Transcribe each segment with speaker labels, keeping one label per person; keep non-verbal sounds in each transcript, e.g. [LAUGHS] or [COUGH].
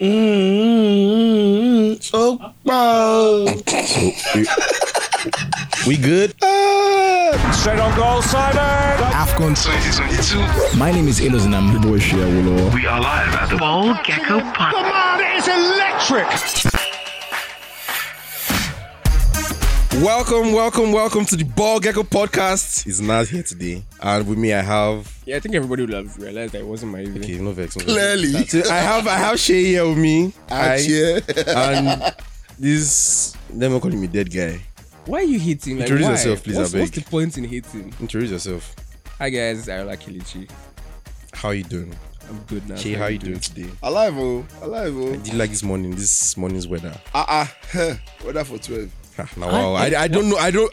Speaker 1: Mm-hmm.
Speaker 2: Mm, ó pọ̀ o.
Speaker 1: We good? Ah.
Speaker 3: Straight on goal, Simon.
Speaker 4: AFCON 2022.
Speaker 1: My name is Elos and I'm your boy Shia Wolowo.
Speaker 4: We are live at the Ball Gecko Park.
Speaker 3: The man is electric.
Speaker 1: Welcome, welcome, welcome to the Ball Gecko Podcast. He's not here today. And with me I have
Speaker 5: Yeah, I think everybody would have realized that it wasn't my evening.
Speaker 1: okay, no vex. no vex.
Speaker 2: Clearly.
Speaker 1: I have I have Shay here with me.
Speaker 6: Ah,
Speaker 1: Hi.
Speaker 2: Achie.
Speaker 1: And this let me call him a dead guy.
Speaker 5: Why are you hating? Like,
Speaker 1: Introduce
Speaker 5: why?
Speaker 1: yourself, please,
Speaker 5: What's,
Speaker 1: I
Speaker 5: what's the
Speaker 1: beg.
Speaker 5: point in hating?
Speaker 1: Introduce yourself.
Speaker 5: Hi guys, it's Ariola Kilichi.
Speaker 1: How you doing?
Speaker 5: I'm good now.
Speaker 1: Shay, how you doing today?
Speaker 2: Alive oh, alive oh.
Speaker 1: Did you like this morning? This morning's weather.
Speaker 2: Ah ah, heh, weather for twelve.
Speaker 1: Ah, now, wow. I, I don't know. I don't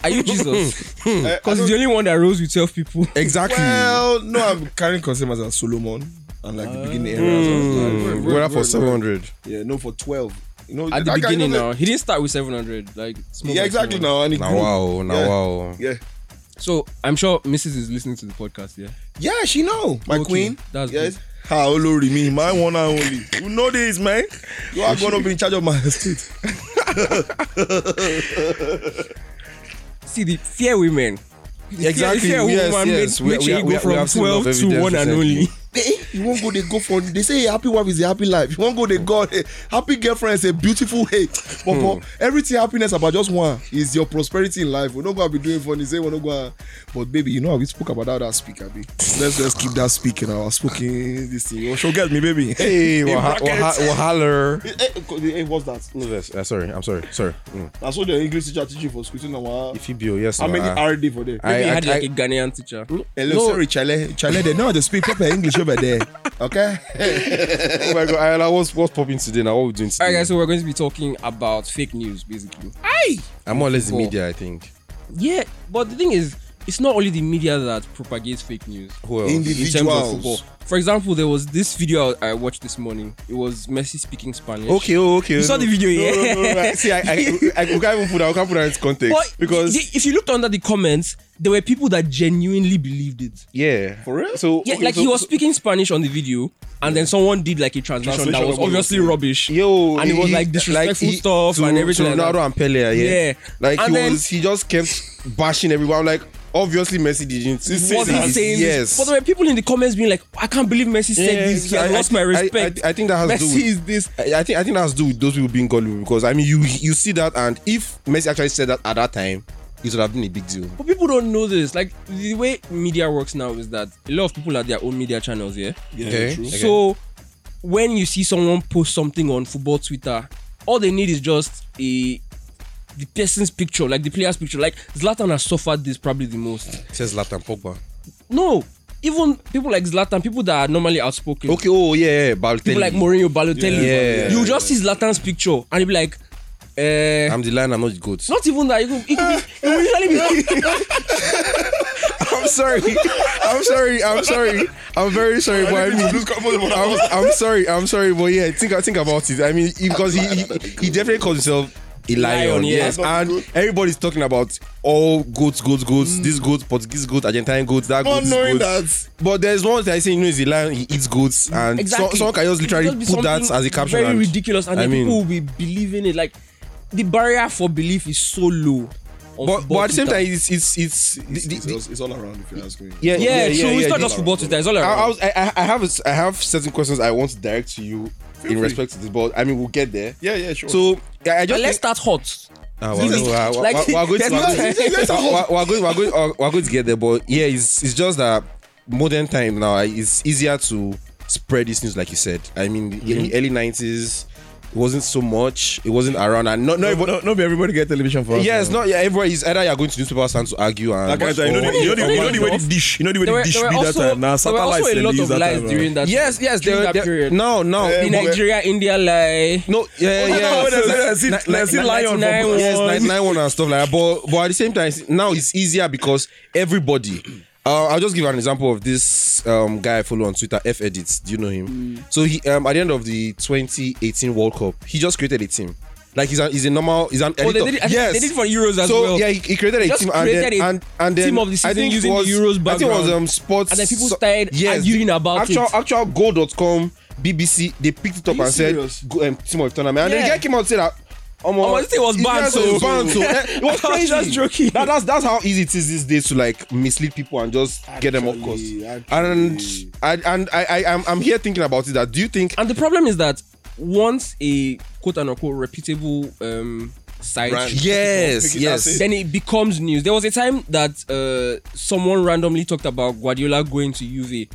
Speaker 1: [LAUGHS]
Speaker 5: Are you Jesus?
Speaker 1: Uh,
Speaker 2: Eh, I don't-
Speaker 5: Because he's the only one that rose with 12 people.
Speaker 1: exactly.
Speaker 2: well, no, I'm carrying consumers as Solomon and like the beginning area.
Speaker 5: Hmm.
Speaker 1: Mm, weather for seven hundred.
Speaker 2: Yeah, no, for twelve. You know,
Speaker 5: At the
Speaker 2: that guy, you
Speaker 5: beginning
Speaker 2: know,
Speaker 5: now, he didn't start with 700. Like, small
Speaker 2: Yeah,
Speaker 5: by
Speaker 2: exactly.
Speaker 5: small.
Speaker 2: Now and it
Speaker 1: [LAUGHS] Now
Speaker 2: grew.
Speaker 1: wow, now
Speaker 2: Yeah.
Speaker 1: wow.
Speaker 2: Yeah,
Speaker 5: So I'm sure Mrs. is listening to the podcast. Yeah.
Speaker 2: yeah, she know my
Speaker 5: Okay,
Speaker 2: queen.
Speaker 5: that's
Speaker 2: yes. How Olori me, my one and only. You know this, man. You are gonna be in charge of my [LAUGHS] estate.
Speaker 5: See the fear women. The fear-
Speaker 1: Exactly,
Speaker 5: The fear
Speaker 1: yes,
Speaker 5: woman
Speaker 1: yes.
Speaker 5: yes.
Speaker 1: We-
Speaker 5: made, made
Speaker 1: we-
Speaker 5: Shay
Speaker 1: we-
Speaker 5: go
Speaker 1: we
Speaker 5: from
Speaker 1: have seen enough
Speaker 5: 12 to
Speaker 1: evidence
Speaker 5: one and
Speaker 1: recently.
Speaker 5: only.
Speaker 2: they you wan go dey go for they say a happy wife is a happy life you wan go dey go eh, happy girlfriend is a beautiful hate but for everything happiness about just one is your prosperity in life we no go and be doing funny say we no go and but baby you know how we spoke about how that speak abi let's just keep that speak in our spoken this thing you sure get me baby hey
Speaker 1: Hey, [LAUGHS] waha-
Speaker 2: brackets.
Speaker 1: waha- wahaler.
Speaker 2: hey, hey eh, what's that
Speaker 1: No vex. Uh, sorry, I'm sorry. Sorry. Mm.
Speaker 2: na so the english teacher teach you for school say na wa
Speaker 5: oh,
Speaker 1: Ifibio, yes.
Speaker 2: how many
Speaker 1: uh,
Speaker 2: r dey for there.
Speaker 1: I-
Speaker 5: Maybe
Speaker 1: I-
Speaker 5: he
Speaker 1: Hmm?
Speaker 5: had like
Speaker 1: I-
Speaker 5: a Ghanaian teacher.
Speaker 2: hello
Speaker 1: No.
Speaker 2: sorry chale chale dem no dey speak proper english over [LAUGHS] there okay.
Speaker 1: oh my god, Ayala, what's what's popping today now? What we doing today?
Speaker 5: Alright, guys, so we're going to be talking about fake news basically.
Speaker 1: I'm more or less the
Speaker 5: Football.
Speaker 1: media, I think.
Speaker 5: Yeah, but the thing is, it's not only the media that propagates fake news.
Speaker 1: Who else?
Speaker 2: Indi-
Speaker 5: in terms of football.
Speaker 2: Individuals.
Speaker 5: For example, there was this video I I watched this morning. It was Messi speaking Spanish.
Speaker 1: okay, oh, okay.
Speaker 5: You
Speaker 1: [LAUGHS]
Speaker 5: saw the video, yeah?
Speaker 1: No, no, no, no. See, I, I, I, we can't even put that. We can't put that into context
Speaker 5: But
Speaker 1: because
Speaker 5: y- if you looked under the comments, there were people that genuinely believed it.
Speaker 1: yeah,
Speaker 2: For real?
Speaker 1: So
Speaker 5: Yeah,
Speaker 1: okay,
Speaker 5: like
Speaker 1: so,
Speaker 5: he was speaking Spanish on the video, and then someone did like a translation,
Speaker 2: Translation
Speaker 5: that was
Speaker 2: of what was
Speaker 5: obviously
Speaker 2: said.
Speaker 5: rubbish.
Speaker 1: Yo,
Speaker 5: and it was like disrespectful
Speaker 1: he-
Speaker 5: stuff
Speaker 1: to,
Speaker 5: and everything.
Speaker 1: To
Speaker 5: like that.
Speaker 1: Ronaldo and Pele, yeah.
Speaker 5: Yeah.
Speaker 1: Like
Speaker 5: And
Speaker 1: he
Speaker 5: then-
Speaker 1: was, he just kept bashing everyone. Like obviously Messi didn't.
Speaker 5: was
Speaker 1: say
Speaker 5: he
Speaker 1: this.
Speaker 5: saying
Speaker 1: yes?
Speaker 5: this? But there were people in the comments being like, I can't believe Messi said this. He
Speaker 1: I-
Speaker 5: has
Speaker 1: I
Speaker 5: lost
Speaker 1: think-
Speaker 5: my
Speaker 1: I-
Speaker 5: respect.
Speaker 1: I, I think that has to
Speaker 5: Messi
Speaker 1: do with,
Speaker 5: is this.
Speaker 1: I I think I think that has to do with those people being gullible because I mean you you see that and if Messi actually said that at that time, it would have been a big deal.
Speaker 5: But people don't know this. Like the way media works now is that a lot of people have their own media channels, yeah?
Speaker 2: yeah,
Speaker 1: Okay.
Speaker 2: true.
Speaker 5: So when you see someone post something on football Twitter, all they need is just a the person's picture, like the player's picture. Like Zlatan has suffered this probably the most.
Speaker 1: Says Latan Pogba.
Speaker 5: No, even people like Zlatan, people that are normally outspoken,
Speaker 1: Okay, oh yeah, yeah, Balotelli.
Speaker 5: people like Mourinho, Balotelli,
Speaker 1: Yeah.
Speaker 5: you just see Zlatan's picture and you be like, eh.
Speaker 1: I'm the lion, I'm not the goat.
Speaker 5: not even that. It could, it could be, it
Speaker 1: [LAUGHS]
Speaker 5: would usually be.
Speaker 1: I'm sorry. I'm sorry. I'm sorry. I'm very sorry, but I mean, I'm, I'm sorry. I'm sorry, but yeah, think think about it. I mean, he- because he he, he definitely calls himself a lion,
Speaker 5: Lion, yeah.
Speaker 1: yes, and everybody's talking about all goats, goats, goats. This goat, Portuguese goat, Argentine goat, that goat,
Speaker 2: not
Speaker 1: this
Speaker 2: knowing
Speaker 1: goat.
Speaker 2: that
Speaker 1: But there's one that I say, you know, is a lion. He eats goats, and so, someone can just
Speaker 5: It could
Speaker 1: literally
Speaker 5: be
Speaker 1: put that
Speaker 5: something
Speaker 1: as a caption.
Speaker 5: Very
Speaker 1: and-
Speaker 5: ridiculous, and
Speaker 1: I
Speaker 5: then
Speaker 1: mean-
Speaker 5: people will be believing it. Like the barrier for belief is so low.
Speaker 1: But,
Speaker 5: on
Speaker 1: but
Speaker 5: football
Speaker 1: at the same
Speaker 5: Twitter.
Speaker 1: time, it's it's it's, the- the-
Speaker 2: it's,
Speaker 1: the-
Speaker 2: it's all around if you ask me.
Speaker 1: yeah,
Speaker 5: yeah,
Speaker 1: yeah, yeah,
Speaker 5: true.
Speaker 1: yeah,
Speaker 5: it's not
Speaker 1: the-
Speaker 5: just football Twitter. It's all
Speaker 1: I,
Speaker 5: around.
Speaker 1: I, was, I, I- I have a s- I have certain questions I want to direct to you in
Speaker 2: free.
Speaker 1: respect to this, but I mean we'll get there.
Speaker 2: yeah, yeah, sure.
Speaker 1: So I I
Speaker 5: But
Speaker 1: just
Speaker 5: let's
Speaker 1: think,
Speaker 5: start hot.
Speaker 1: Ah, well, no, uh, we're-
Speaker 5: Like,
Speaker 1: we're- we're going to-
Speaker 5: [LAUGHS] there's
Speaker 1: we're
Speaker 5: no-
Speaker 1: going to-
Speaker 5: there's
Speaker 1: we're- we're going we're going uh, we're going to get there, but yeah, it's it's just that modern time now uh, it's easier to spread these news, like you said. I mean, in the early nineties, it wasn't so much, it wasn't around, and not not
Speaker 6: No,
Speaker 1: everybody.
Speaker 6: no, no be everybody get television for us.
Speaker 1: Yes,
Speaker 6: no.
Speaker 1: not yeah, everybody is either you're going to newspaper stand to argue and
Speaker 6: That kind of time, you know, the, you know, the, you know the way the dish, you know the way
Speaker 5: There
Speaker 6: the
Speaker 5: were,
Speaker 6: dish
Speaker 5: there were
Speaker 6: be that
Speaker 5: also,
Speaker 6: time. Now
Speaker 5: there were
Speaker 6: satellites
Speaker 5: also a
Speaker 6: then
Speaker 5: lot
Speaker 6: use
Speaker 5: of
Speaker 6: that
Speaker 5: lies
Speaker 6: time,
Speaker 5: during that.
Speaker 1: yes, yes,
Speaker 5: during
Speaker 1: there,
Speaker 5: that
Speaker 1: there,
Speaker 5: period.
Speaker 1: no, no,
Speaker 5: the Nigeria India lie.
Speaker 1: No, yeah,
Speaker 6: Oh,
Speaker 1: yeah.
Speaker 6: no, no,
Speaker 1: So,
Speaker 6: that's it,
Speaker 1: ni-
Speaker 6: that's it,
Speaker 1: ni-
Speaker 6: lion
Speaker 1: yes,
Speaker 5: for-
Speaker 1: yes,
Speaker 5: one.
Speaker 1: nine, nine one and stuff like that. But but at the same time, it's- now it's easier because everybody. Uh, I'll just give an example of this um, guy I follow on Twitter, F Edits. Do you know him?
Speaker 5: Mm.
Speaker 1: So he um, at the end of the 2018 World Cup, he just created a team. Like he's a, he's a normal he's an
Speaker 5: Oh, they
Speaker 1: editor.
Speaker 5: did, it- I think
Speaker 1: yes.
Speaker 5: they did it for Euros as
Speaker 1: so
Speaker 5: well.
Speaker 1: yeah, he, he created a
Speaker 5: Just
Speaker 1: team and then,
Speaker 5: created a
Speaker 1: and, and then
Speaker 5: team of the
Speaker 1: I
Speaker 5: season
Speaker 1: think it
Speaker 5: using the
Speaker 1: was-
Speaker 5: Euros
Speaker 1: I think it was
Speaker 5: background.
Speaker 1: um sports
Speaker 5: And then people started arguing
Speaker 1: the-
Speaker 5: about
Speaker 1: actual,
Speaker 5: it.
Speaker 1: Actual goal.com BBC, they picked it up
Speaker 6: you
Speaker 1: and
Speaker 6: serious?
Speaker 1: said, go, um, team of tournament. And then the
Speaker 5: Yeah.
Speaker 1: guy came out and said that. Um,
Speaker 5: Omo, this thing was banned,
Speaker 1: it was
Speaker 5: so-
Speaker 1: banned,
Speaker 5: [LAUGHS]
Speaker 1: so. Eh, It was
Speaker 5: I was
Speaker 1: crazy.
Speaker 5: just joking.
Speaker 1: That, that's, that's how easy it is these days to like mislead people and just get them off course.
Speaker 6: Actually,
Speaker 1: And I, and I, I, I'm, I'm here thinking about it that do you think
Speaker 5: And the problem is that once a quote unquote reputable um, site,
Speaker 1: Yes,
Speaker 6: it, that's
Speaker 1: yes.
Speaker 5: then it becomes news. There was a time that uh, someone randomly talked about Guardiola going to UV.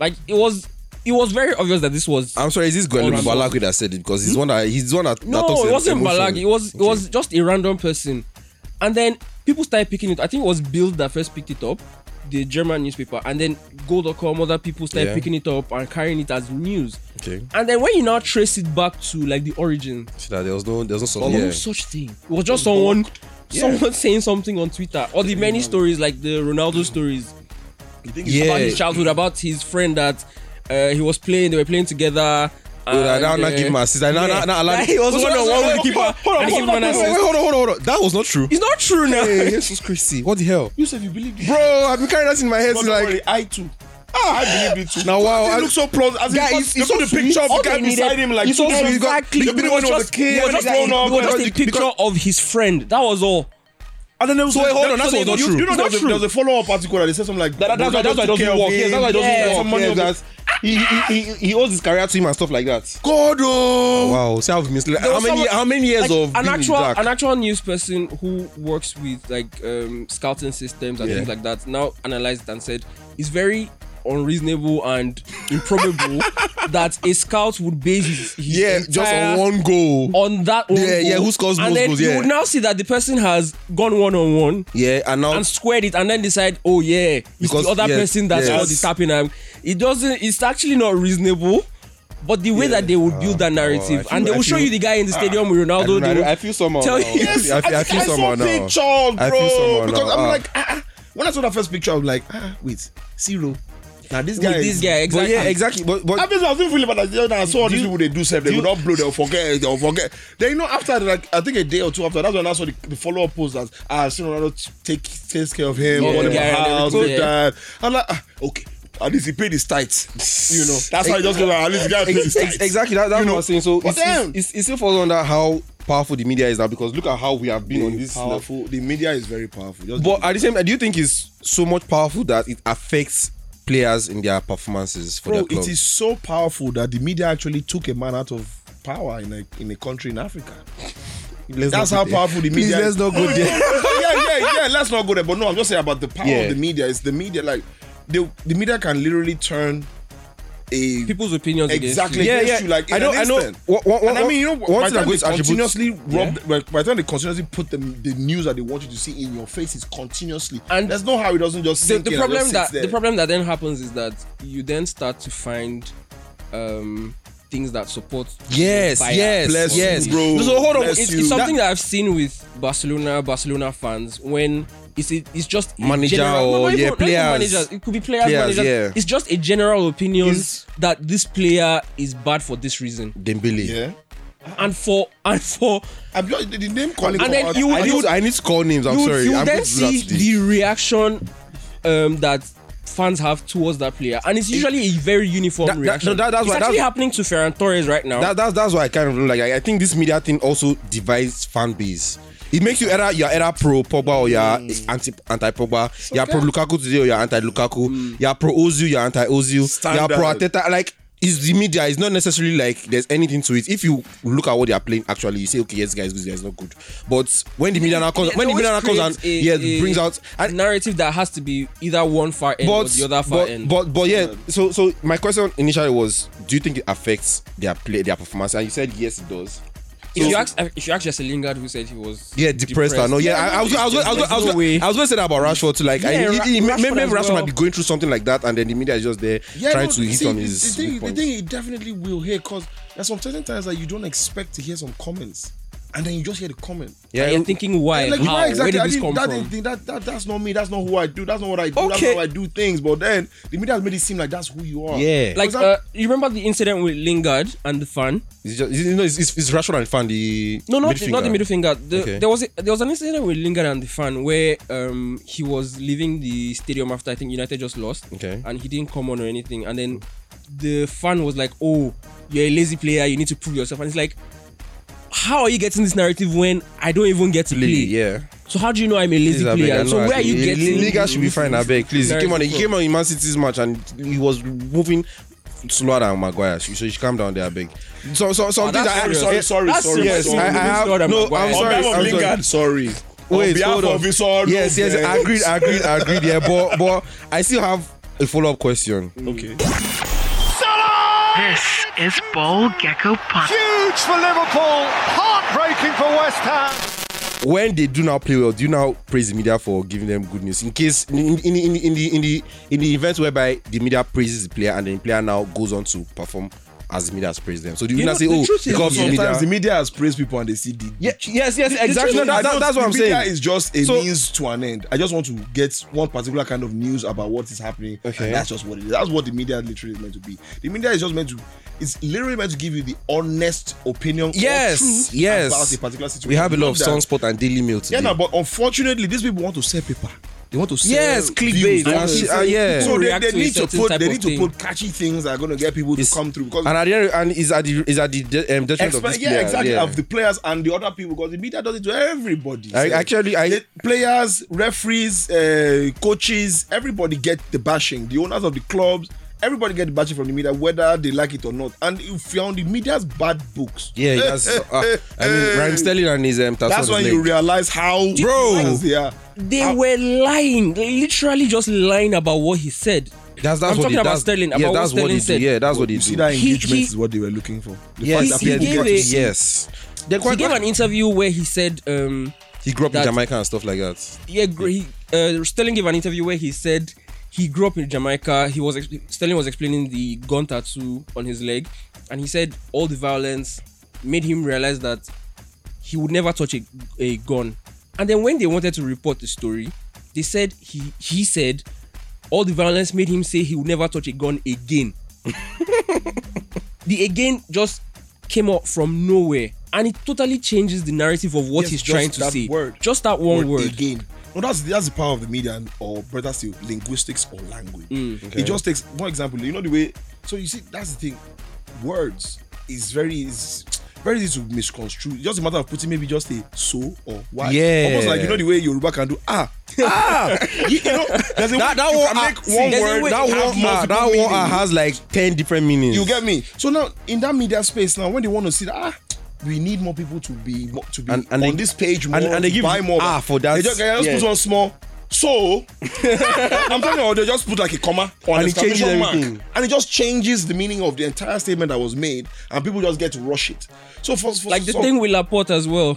Speaker 5: Like it was, it was very obvious that this was.
Speaker 1: I'm sorry, is this Gwendolyn
Speaker 5: Or-
Speaker 1: Balagui that said it? Because he's the one that he's the one Ah, that, that talks
Speaker 5: no, it wasn't
Speaker 1: emotion.
Speaker 5: Balak. It was it was just a random person, and then people started picking it. I think it was Bild that first picked it up, the German newspaper, and then Go.com. Other people started
Speaker 1: Yeah.
Speaker 5: picking it up and carrying it as news.
Speaker 1: Okay.
Speaker 5: And then when you now trace it back to like the origin,
Speaker 1: See that there was no there was no
Speaker 5: no
Speaker 1: yeah.
Speaker 5: such thing. It was just someone, someone saying something on Twitter, or the many stories like the Ronaldo stories about his childhood, about his friend that uh, he was playing, they were playing together.
Speaker 1: Oh, that- that
Speaker 5: and, uh,
Speaker 1: now give him assist. That now- now- now allow-
Speaker 5: He was
Speaker 1: Wait,
Speaker 5: one
Speaker 1: wait,
Speaker 5: on
Speaker 1: wait,
Speaker 5: one with
Speaker 1: wait,
Speaker 5: the keeper.
Speaker 1: Hold on,
Speaker 5: and he
Speaker 1: hold
Speaker 5: gave him
Speaker 1: on,
Speaker 5: an
Speaker 1: wait, wait,
Speaker 5: assist.
Speaker 1: hold on, hold on, hold on. That was not true.
Speaker 5: It's not true now.
Speaker 1: Hey,
Speaker 5: [LAUGHS]
Speaker 1: Jesus Christ. What the hell?
Speaker 6: You said you believe it.
Speaker 1: Bro, I've been carrying that in my head.
Speaker 6: But
Speaker 1: since
Speaker 6: don't
Speaker 1: like
Speaker 6: worry, I too. Ah, I believe it too.
Speaker 1: now wow.
Speaker 6: He
Speaker 1: I-
Speaker 6: looks so plausible. As
Speaker 1: Guy,
Speaker 6: in,
Speaker 1: he's-
Speaker 6: you
Speaker 1: he's
Speaker 6: saw
Speaker 1: so
Speaker 6: the
Speaker 1: sweet.
Speaker 6: picture of
Speaker 5: All
Speaker 6: the
Speaker 5: they
Speaker 6: guy
Speaker 5: needed-
Speaker 6: beside him, like
Speaker 1: He's so
Speaker 6: two
Speaker 1: sweet.
Speaker 6: days
Speaker 1: He's got-
Speaker 5: Exactly.
Speaker 1: the
Speaker 5: It
Speaker 1: video
Speaker 5: was
Speaker 1: when he was
Speaker 5: just-
Speaker 1: a kid,
Speaker 5: it was
Speaker 1: when
Speaker 5: just
Speaker 1: he's grown up,
Speaker 5: it was
Speaker 1: and
Speaker 5: just a
Speaker 1: the-
Speaker 5: picture
Speaker 1: because-
Speaker 5: of his friend. That was all.
Speaker 6: And then there was
Speaker 1: So wait, hold on, that's
Speaker 6: there
Speaker 1: not
Speaker 6: was-
Speaker 1: true.
Speaker 6: You know,
Speaker 5: It's
Speaker 6: there was,
Speaker 5: not
Speaker 6: a, there was a follow-up article that they said something like
Speaker 1: That, that's why that's why it
Speaker 6: Took care
Speaker 1: doesn't
Speaker 6: of
Speaker 1: work. Yes,
Speaker 6: him.
Speaker 1: that's why it doesn't
Speaker 6: Yeah.
Speaker 1: work.
Speaker 6: Some money
Speaker 1: Yes,
Speaker 6: of the-
Speaker 1: that's- he, he, he, he owes his career to him and stuff like that.
Speaker 6: God, oh.
Speaker 1: Wow, see how I've misled.
Speaker 5: There
Speaker 1: How
Speaker 5: was
Speaker 1: many
Speaker 5: someone-
Speaker 1: how many years
Speaker 5: like,
Speaker 1: of
Speaker 5: an
Speaker 1: being in
Speaker 5: actual
Speaker 1: dark?
Speaker 5: an actual news person who works with like um, scouting systems and
Speaker 1: Yeah.
Speaker 5: things like that now analyzed it and said it's very unreasonable and
Speaker 1: [LAUGHS]
Speaker 5: improbable that a scout would base his, his
Speaker 1: Yeah, just on
Speaker 5: entire-
Speaker 1: one goal.
Speaker 5: on that one
Speaker 1: Yeah,
Speaker 5: goal.
Speaker 1: yeah, who scores
Speaker 5: and
Speaker 1: most
Speaker 5: then
Speaker 1: goals,
Speaker 5: you
Speaker 1: yeah.
Speaker 5: would now see that the person has gone one on one
Speaker 1: Yeah, and now
Speaker 5: and squared it and then decide oh yeah it's
Speaker 1: Because-
Speaker 5: the other
Speaker 1: yes,
Speaker 5: person that's
Speaker 1: yes.
Speaker 5: scored the tapping and it doesn't it's actually not reasonable but the way that they would build that narrative
Speaker 1: feel-
Speaker 5: and they
Speaker 1: Oh, I
Speaker 5: will show
Speaker 1: feel- Ah,
Speaker 5: you the guy in the stadium with
Speaker 1: I,
Speaker 5: Ronaldo
Speaker 1: don't know,
Speaker 5: they will
Speaker 1: I, I feel somehow.
Speaker 5: tell
Speaker 1: now.
Speaker 5: you- Yes,
Speaker 1: I, feel- I feel
Speaker 6: I saw
Speaker 1: somehow now.
Speaker 6: picture, bro.
Speaker 1: I feel somehow
Speaker 6: because
Speaker 1: now.
Speaker 6: I'm
Speaker 1: Ah.
Speaker 6: like, ah, ah. when I saw that first picture, I was like, ah, wait, zero. Now this guy,
Speaker 5: with this guy exactly
Speaker 1: But yeah, exactly. But, but
Speaker 6: I mean, I was feeling bad. that I saw all these people they do self, they would upload, they'll forget, they'll forget. Then you know, after like I think a day or two after, that's when I saw the, the follow-up post that ah, I've seen Ronaldo t- take takes care of him,
Speaker 5: Yeah.
Speaker 6: bought him a
Speaker 5: Yeah, and
Speaker 6: house,
Speaker 5: everything, yeah.
Speaker 6: did that. I'm like, ah, okay, at least he paid his tights. You know, that's why I just go. At least the guy paid his
Speaker 1: ex-
Speaker 6: tights.
Speaker 1: ex- exactly that, that's
Speaker 6: You know,
Speaker 1: what I'm saying. So
Speaker 6: but
Speaker 1: it's, it's,
Speaker 6: then-
Speaker 1: it's, it still falls under how powerful the media is now because look at how we have been on this.
Speaker 6: It's powerful. The media is very powerful. Just
Speaker 1: But at the same time, do you think it's so much powerful that it affects players in their performances for
Speaker 6: bro,
Speaker 1: their club?
Speaker 6: it is so powerful that the media actually took a man out of power in a in a country in Africa. That's how powerful the media.
Speaker 1: Please, let's
Speaker 6: is.
Speaker 1: not go there.
Speaker 6: [LAUGHS] yeah, yeah, yeah. Let's not go there. But no, I'm just saying about the power
Speaker 1: Yeah.
Speaker 6: of the media. It's the media. Like the the media can literally turn
Speaker 1: Eh,
Speaker 6: a
Speaker 5: people's opinions against
Speaker 6: exactly
Speaker 5: you.
Speaker 1: Yeah,
Speaker 6: against
Speaker 1: yeah.
Speaker 6: you, Like in
Speaker 1: I know-
Speaker 6: an
Speaker 1: I know.
Speaker 6: instant.
Speaker 1: One- one-
Speaker 6: and I
Speaker 1: one-
Speaker 6: mean, you know,
Speaker 1: one
Speaker 6: by
Speaker 1: thing
Speaker 6: the
Speaker 1: I'm
Speaker 6: time
Speaker 1: going
Speaker 6: they
Speaker 1: to attribute-
Speaker 6: continuously rub, like, by the time they continuously put the, the news that they want you to see in your face is continuously.
Speaker 5: And-
Speaker 6: And there's no how it doesn't just.
Speaker 5: the,
Speaker 6: sink
Speaker 5: the
Speaker 6: in and
Speaker 5: problem
Speaker 6: just
Speaker 5: that
Speaker 6: sits there.
Speaker 5: the problem that then happens is that you then start to find um things that support
Speaker 1: Yes,
Speaker 5: bias.
Speaker 1: yes,
Speaker 6: Bless
Speaker 1: yes,
Speaker 6: you, bro.
Speaker 1: So hold on,
Speaker 6: Bless
Speaker 5: it's,
Speaker 6: you.
Speaker 5: it's something that, I've seen with Barcelona Barcelona fans when it's a, it's just a
Speaker 1: Manager
Speaker 5: general,
Speaker 1: or,
Speaker 5: not even-
Speaker 1: yeah,
Speaker 5: not even
Speaker 1: players.
Speaker 5: managers. it could be players,
Speaker 1: Players,
Speaker 5: managers.
Speaker 1: yeah.
Speaker 5: It's just a general opinion
Speaker 1: Is-
Speaker 5: that this player is bad for this reason
Speaker 1: Dembele.
Speaker 6: Yeah.
Speaker 5: and for and for
Speaker 6: I'm just, the the name calling.
Speaker 5: And then
Speaker 6: come out-
Speaker 5: you-
Speaker 6: I
Speaker 1: I
Speaker 6: just-
Speaker 1: need, to- I need to call names. I'm
Speaker 5: you,
Speaker 1: sorry.
Speaker 5: you
Speaker 1: I'm
Speaker 5: then
Speaker 1: going to do that
Speaker 5: see
Speaker 1: today.
Speaker 5: the reaction um, that fans have towards that player, and it's usually a very uniform
Speaker 1: That- that-
Speaker 5: reaction.
Speaker 1: no, that- that's
Speaker 5: it's
Speaker 1: why-
Speaker 5: actually
Speaker 1: that's-
Speaker 5: happening to Ferran Torres right now.
Speaker 1: that, that's that's why I kind of don't like. I, I think this media thing also divides fan base. It makes you either you're either pro Pogba or you're
Speaker 5: Mm.
Speaker 1: anti anti Pogba. You're pro Lukaku today or you're anti Lukaku.
Speaker 5: Mm.
Speaker 1: You're pro Ozil, you're anti Ozil. You're
Speaker 6: Standard.
Speaker 1: pro Ateta. Like it's the media. It's not necessarily like there's anything to it. If you look at what they are playing, actually, you say okay, yes, guys, this guy is not good. But when the media now comes, when the
Speaker 5: It
Speaker 1: media now
Speaker 5: always
Speaker 1: comes and
Speaker 5: creates
Speaker 1: yeah,
Speaker 5: a-
Speaker 1: brings out
Speaker 5: a
Speaker 1: and
Speaker 5: narrative that has to be either one far end or
Speaker 1: but,
Speaker 5: the other far
Speaker 1: but,
Speaker 5: end.
Speaker 1: but but yeah. So so my question initially was, do you think it affects their play, their performance? And you said yes, it does.
Speaker 5: if
Speaker 1: so-
Speaker 5: you ask, if you ask Jesse Lingard, who said he was
Speaker 1: Yeah, depressed. I know. Yeah, I, I was, I was, I was, I was, I
Speaker 5: There's no way.
Speaker 1: was, I was going to say that about Rashford too. Like, I,
Speaker 5: Yeah,
Speaker 1: it,
Speaker 5: Ra-
Speaker 1: it, may-
Speaker 5: Rashford
Speaker 1: maybe
Speaker 5: as
Speaker 1: Rashford
Speaker 5: well.
Speaker 1: might be going through something like that, and then the media is just there
Speaker 6: Yeah,
Speaker 1: trying
Speaker 6: no,
Speaker 1: to hit
Speaker 6: see,
Speaker 1: on
Speaker 6: the-
Speaker 1: his.
Speaker 6: The thing,
Speaker 1: weak
Speaker 6: the
Speaker 1: points.
Speaker 6: thing it definitely will hear because there's some certain times that you don't expect to hear some comments, and then you just hear the comment.
Speaker 5: And you're thinking why?
Speaker 6: like
Speaker 5: how?
Speaker 6: why exactly?
Speaker 5: Where did
Speaker 6: I
Speaker 5: this come
Speaker 6: didn't- that,
Speaker 5: from?
Speaker 6: didn't- that, that, that's not me. That's not who I do. That's not what I do.
Speaker 5: Okay.
Speaker 6: That's how I do things. But then the media has made it seem like that's who you are.
Speaker 1: Yeah.
Speaker 6: For
Speaker 5: Like,
Speaker 6: example,
Speaker 5: uh, you remember the incident with Lingard and the fan?
Speaker 1: It's just, you know, it's, it's, it's Rashford and Fan the
Speaker 5: No, not
Speaker 1: midfielder.
Speaker 5: the, not the middle finger. The,
Speaker 1: Okay.
Speaker 5: There was a, there was an incident with Lingard and the fan where um he was leaving the stadium after I think United just lost.
Speaker 1: Okay.
Speaker 5: And he didn't come on or anything, and then the fan was like, "Oh, you're a lazy player. You need to prove yourself." And it's like, how are you getting this narrative when I don't even get to play?
Speaker 1: Play, yeah.
Speaker 5: So how do you know I'm a lazy
Speaker 1: Please, I beg, I
Speaker 5: player?
Speaker 1: know
Speaker 5: So
Speaker 1: I
Speaker 5: where are you
Speaker 1: should-
Speaker 5: getting?
Speaker 1: Liga should be fine, I beg. Please, he
Speaker 5: Narrative
Speaker 1: came on. He
Speaker 5: from?
Speaker 1: came on in Man City's match and he was moving slower than Maguire. So you should calm down there, I beg. So, so, some
Speaker 5: Ah,
Speaker 1: things
Speaker 5: that's
Speaker 1: I
Speaker 5: serious.
Speaker 7: Sorry, sorry,
Speaker 5: That's
Speaker 7: sorry.
Speaker 1: yes,
Speaker 5: serious.
Speaker 7: sorry.
Speaker 1: I, I have
Speaker 5: Slower than
Speaker 1: no.
Speaker 5: Maguire.
Speaker 1: I'm
Speaker 7: On
Speaker 1: sorry.
Speaker 7: behalf of
Speaker 1: I'm sorry.
Speaker 7: Lingard, sorry. on
Speaker 1: Wait,
Speaker 7: behalf
Speaker 1: hold
Speaker 7: of
Speaker 1: on.
Speaker 7: his all
Speaker 1: Yes, yes, I agreed, I agreed, I agreed. Yeah, but but I still have a follow up question.
Speaker 7: Okay.
Speaker 4: This is Ball Gecko Podcast.
Speaker 3: Huge for Liverpool, heartbreaking for West Ham.
Speaker 1: When they do now play well, do you now praise the media for giving them good news? In case in in, in, in the in the in the event whereby the media praises the player and then the player now goes on to perform as the media has praised them. So do you,
Speaker 5: You
Speaker 1: now
Speaker 5: know,
Speaker 1: say,
Speaker 5: the
Speaker 1: oh,
Speaker 5: truth is-
Speaker 1: because of the
Speaker 6: Sometimes
Speaker 1: media?
Speaker 6: the media has praised people and they see the.
Speaker 1: yeah, yes, yes, exactly.
Speaker 6: No,
Speaker 1: No, that,
Speaker 6: I
Speaker 1: that,
Speaker 6: don't-
Speaker 1: that's what I'm
Speaker 6: the media
Speaker 1: saying.
Speaker 6: is just a
Speaker 1: So-
Speaker 6: means to an end. I just want to get one particular kind of news about what is happening.
Speaker 1: Okay.
Speaker 6: And that's just what it is. That's what the media literally is meant to be. The media is just meant to. It's literally meant to give you the honest opinion. or
Speaker 1: Yes,
Speaker 6: truth
Speaker 1: yes.
Speaker 6: About a particular situation.
Speaker 1: we have a lot of
Speaker 6: Not that-
Speaker 1: sunspot and daily mail
Speaker 6: Yeah,
Speaker 1: today.
Speaker 6: no, but unfortunately, these people want to sell paper. They want to sell
Speaker 1: Yes, clickbait.
Speaker 6: views.
Speaker 1: and shit, ah, yeah.
Speaker 6: So they,
Speaker 5: react
Speaker 6: they
Speaker 5: to a
Speaker 6: need to
Speaker 5: certain
Speaker 6: put
Speaker 5: type
Speaker 6: they
Speaker 5: of
Speaker 6: need to
Speaker 5: thing.
Speaker 6: put catchy things that are going to get people
Speaker 1: It's-
Speaker 6: to come through because
Speaker 1: and at the end, and is at the is at the de- um, detriment of
Speaker 6: Expe-
Speaker 1: this
Speaker 6: yeah,
Speaker 1: player,
Speaker 6: exactly.
Speaker 1: yeah.
Speaker 6: Of the players and the other people, because the media does it to everybody.
Speaker 1: I-
Speaker 6: So
Speaker 1: actually, I-
Speaker 6: the players, referees, uh, coaches, everybody get the bashing. The owners of the clubs, everybody get the bashing from the media, whether they like it or not. And if you're on the media's bad books,
Speaker 1: Yeah, that's. Uh, I
Speaker 6: [LAUGHS]
Speaker 1: mean, Raheem Sterling and his um, tattoo
Speaker 6: that's
Speaker 1: on
Speaker 6: when
Speaker 1: his
Speaker 6: you
Speaker 1: leg.
Speaker 6: realize how bro they are.
Speaker 5: They
Speaker 6: How-
Speaker 5: were lying, They literally just lying about what he said.
Speaker 1: That's that's
Speaker 5: I'm
Speaker 1: what
Speaker 5: talking
Speaker 1: they,
Speaker 5: about
Speaker 1: that's,
Speaker 5: Sterling,
Speaker 1: Yeah,
Speaker 5: about what
Speaker 1: that's what
Speaker 5: Sterling
Speaker 1: they
Speaker 5: said.
Speaker 1: do. Yeah, that's what they
Speaker 6: You see
Speaker 1: do.
Speaker 6: that
Speaker 5: He-
Speaker 6: engagement
Speaker 5: he-
Speaker 6: is what they were looking for. The
Speaker 1: yes,
Speaker 6: fact that
Speaker 5: he
Speaker 1: yeah,
Speaker 6: people
Speaker 5: gave
Speaker 6: get
Speaker 5: a-
Speaker 6: to
Speaker 1: yes,
Speaker 6: see
Speaker 1: yes. They're
Speaker 5: He
Speaker 1: quite,
Speaker 5: gave an interview where he said, um,
Speaker 1: he grew up in
Speaker 5: that-
Speaker 1: Jamaica and stuff like that.
Speaker 5: yeah, gr- he, uh, Sterling gave an interview where he said he grew up in Jamaica. He was ex- Sterling was explaining the gun tattoo on his leg, and he said all the violence made him realize that he would never touch a, a gun. And then when they wanted to report the story, they said he he said all the violence made him say he would never touch a gun again. [LAUGHS] the again just came up from nowhere, and it totally changes the narrative of what
Speaker 6: Yes,
Speaker 5: he's
Speaker 6: just
Speaker 5: trying to
Speaker 6: that
Speaker 5: say.
Speaker 6: word.
Speaker 5: Just that one word.
Speaker 6: again. No, that's that's the power of the media, and, or better still, linguistics or language.
Speaker 1: Okay.
Speaker 6: It just takes one example. You know the way. So you see, that's the thing. Words is very is very easy to misconstrue. It's just a matter of putting maybe just a so or why.
Speaker 1: Yeah.
Speaker 6: almost like you know the way Yoruba can do ah [LAUGHS] ah. you know, there's a
Speaker 1: That
Speaker 6: way
Speaker 1: that
Speaker 6: you
Speaker 1: one,
Speaker 6: can
Speaker 1: ah,
Speaker 6: make
Speaker 1: see,
Speaker 6: one
Speaker 5: there's a
Speaker 6: word
Speaker 5: way-
Speaker 1: that
Speaker 6: have
Speaker 1: one, ah,
Speaker 6: multiple
Speaker 1: that one ah,
Speaker 6: meanings.
Speaker 1: has like ten different meanings.
Speaker 6: You get me? So now in that media space now, when they want to see that, ah, we need more people to be more, to be
Speaker 1: And- and
Speaker 6: on
Speaker 1: they-
Speaker 6: this page more
Speaker 1: and- and they
Speaker 6: to
Speaker 1: give
Speaker 6: buy more.
Speaker 1: ah for that.
Speaker 6: They just, they just
Speaker 1: Yeah.
Speaker 6: put one small. So
Speaker 1: [LAUGHS]
Speaker 6: I'm telling you, they just put like a comma or an
Speaker 1: And it changes
Speaker 6: exclamation mark,
Speaker 1: everything.
Speaker 6: and it just changes the meaning of the entire statement that was made, and people just get to rush it. So for, for
Speaker 5: like the
Speaker 6: so-
Speaker 5: thing with Laporte as well,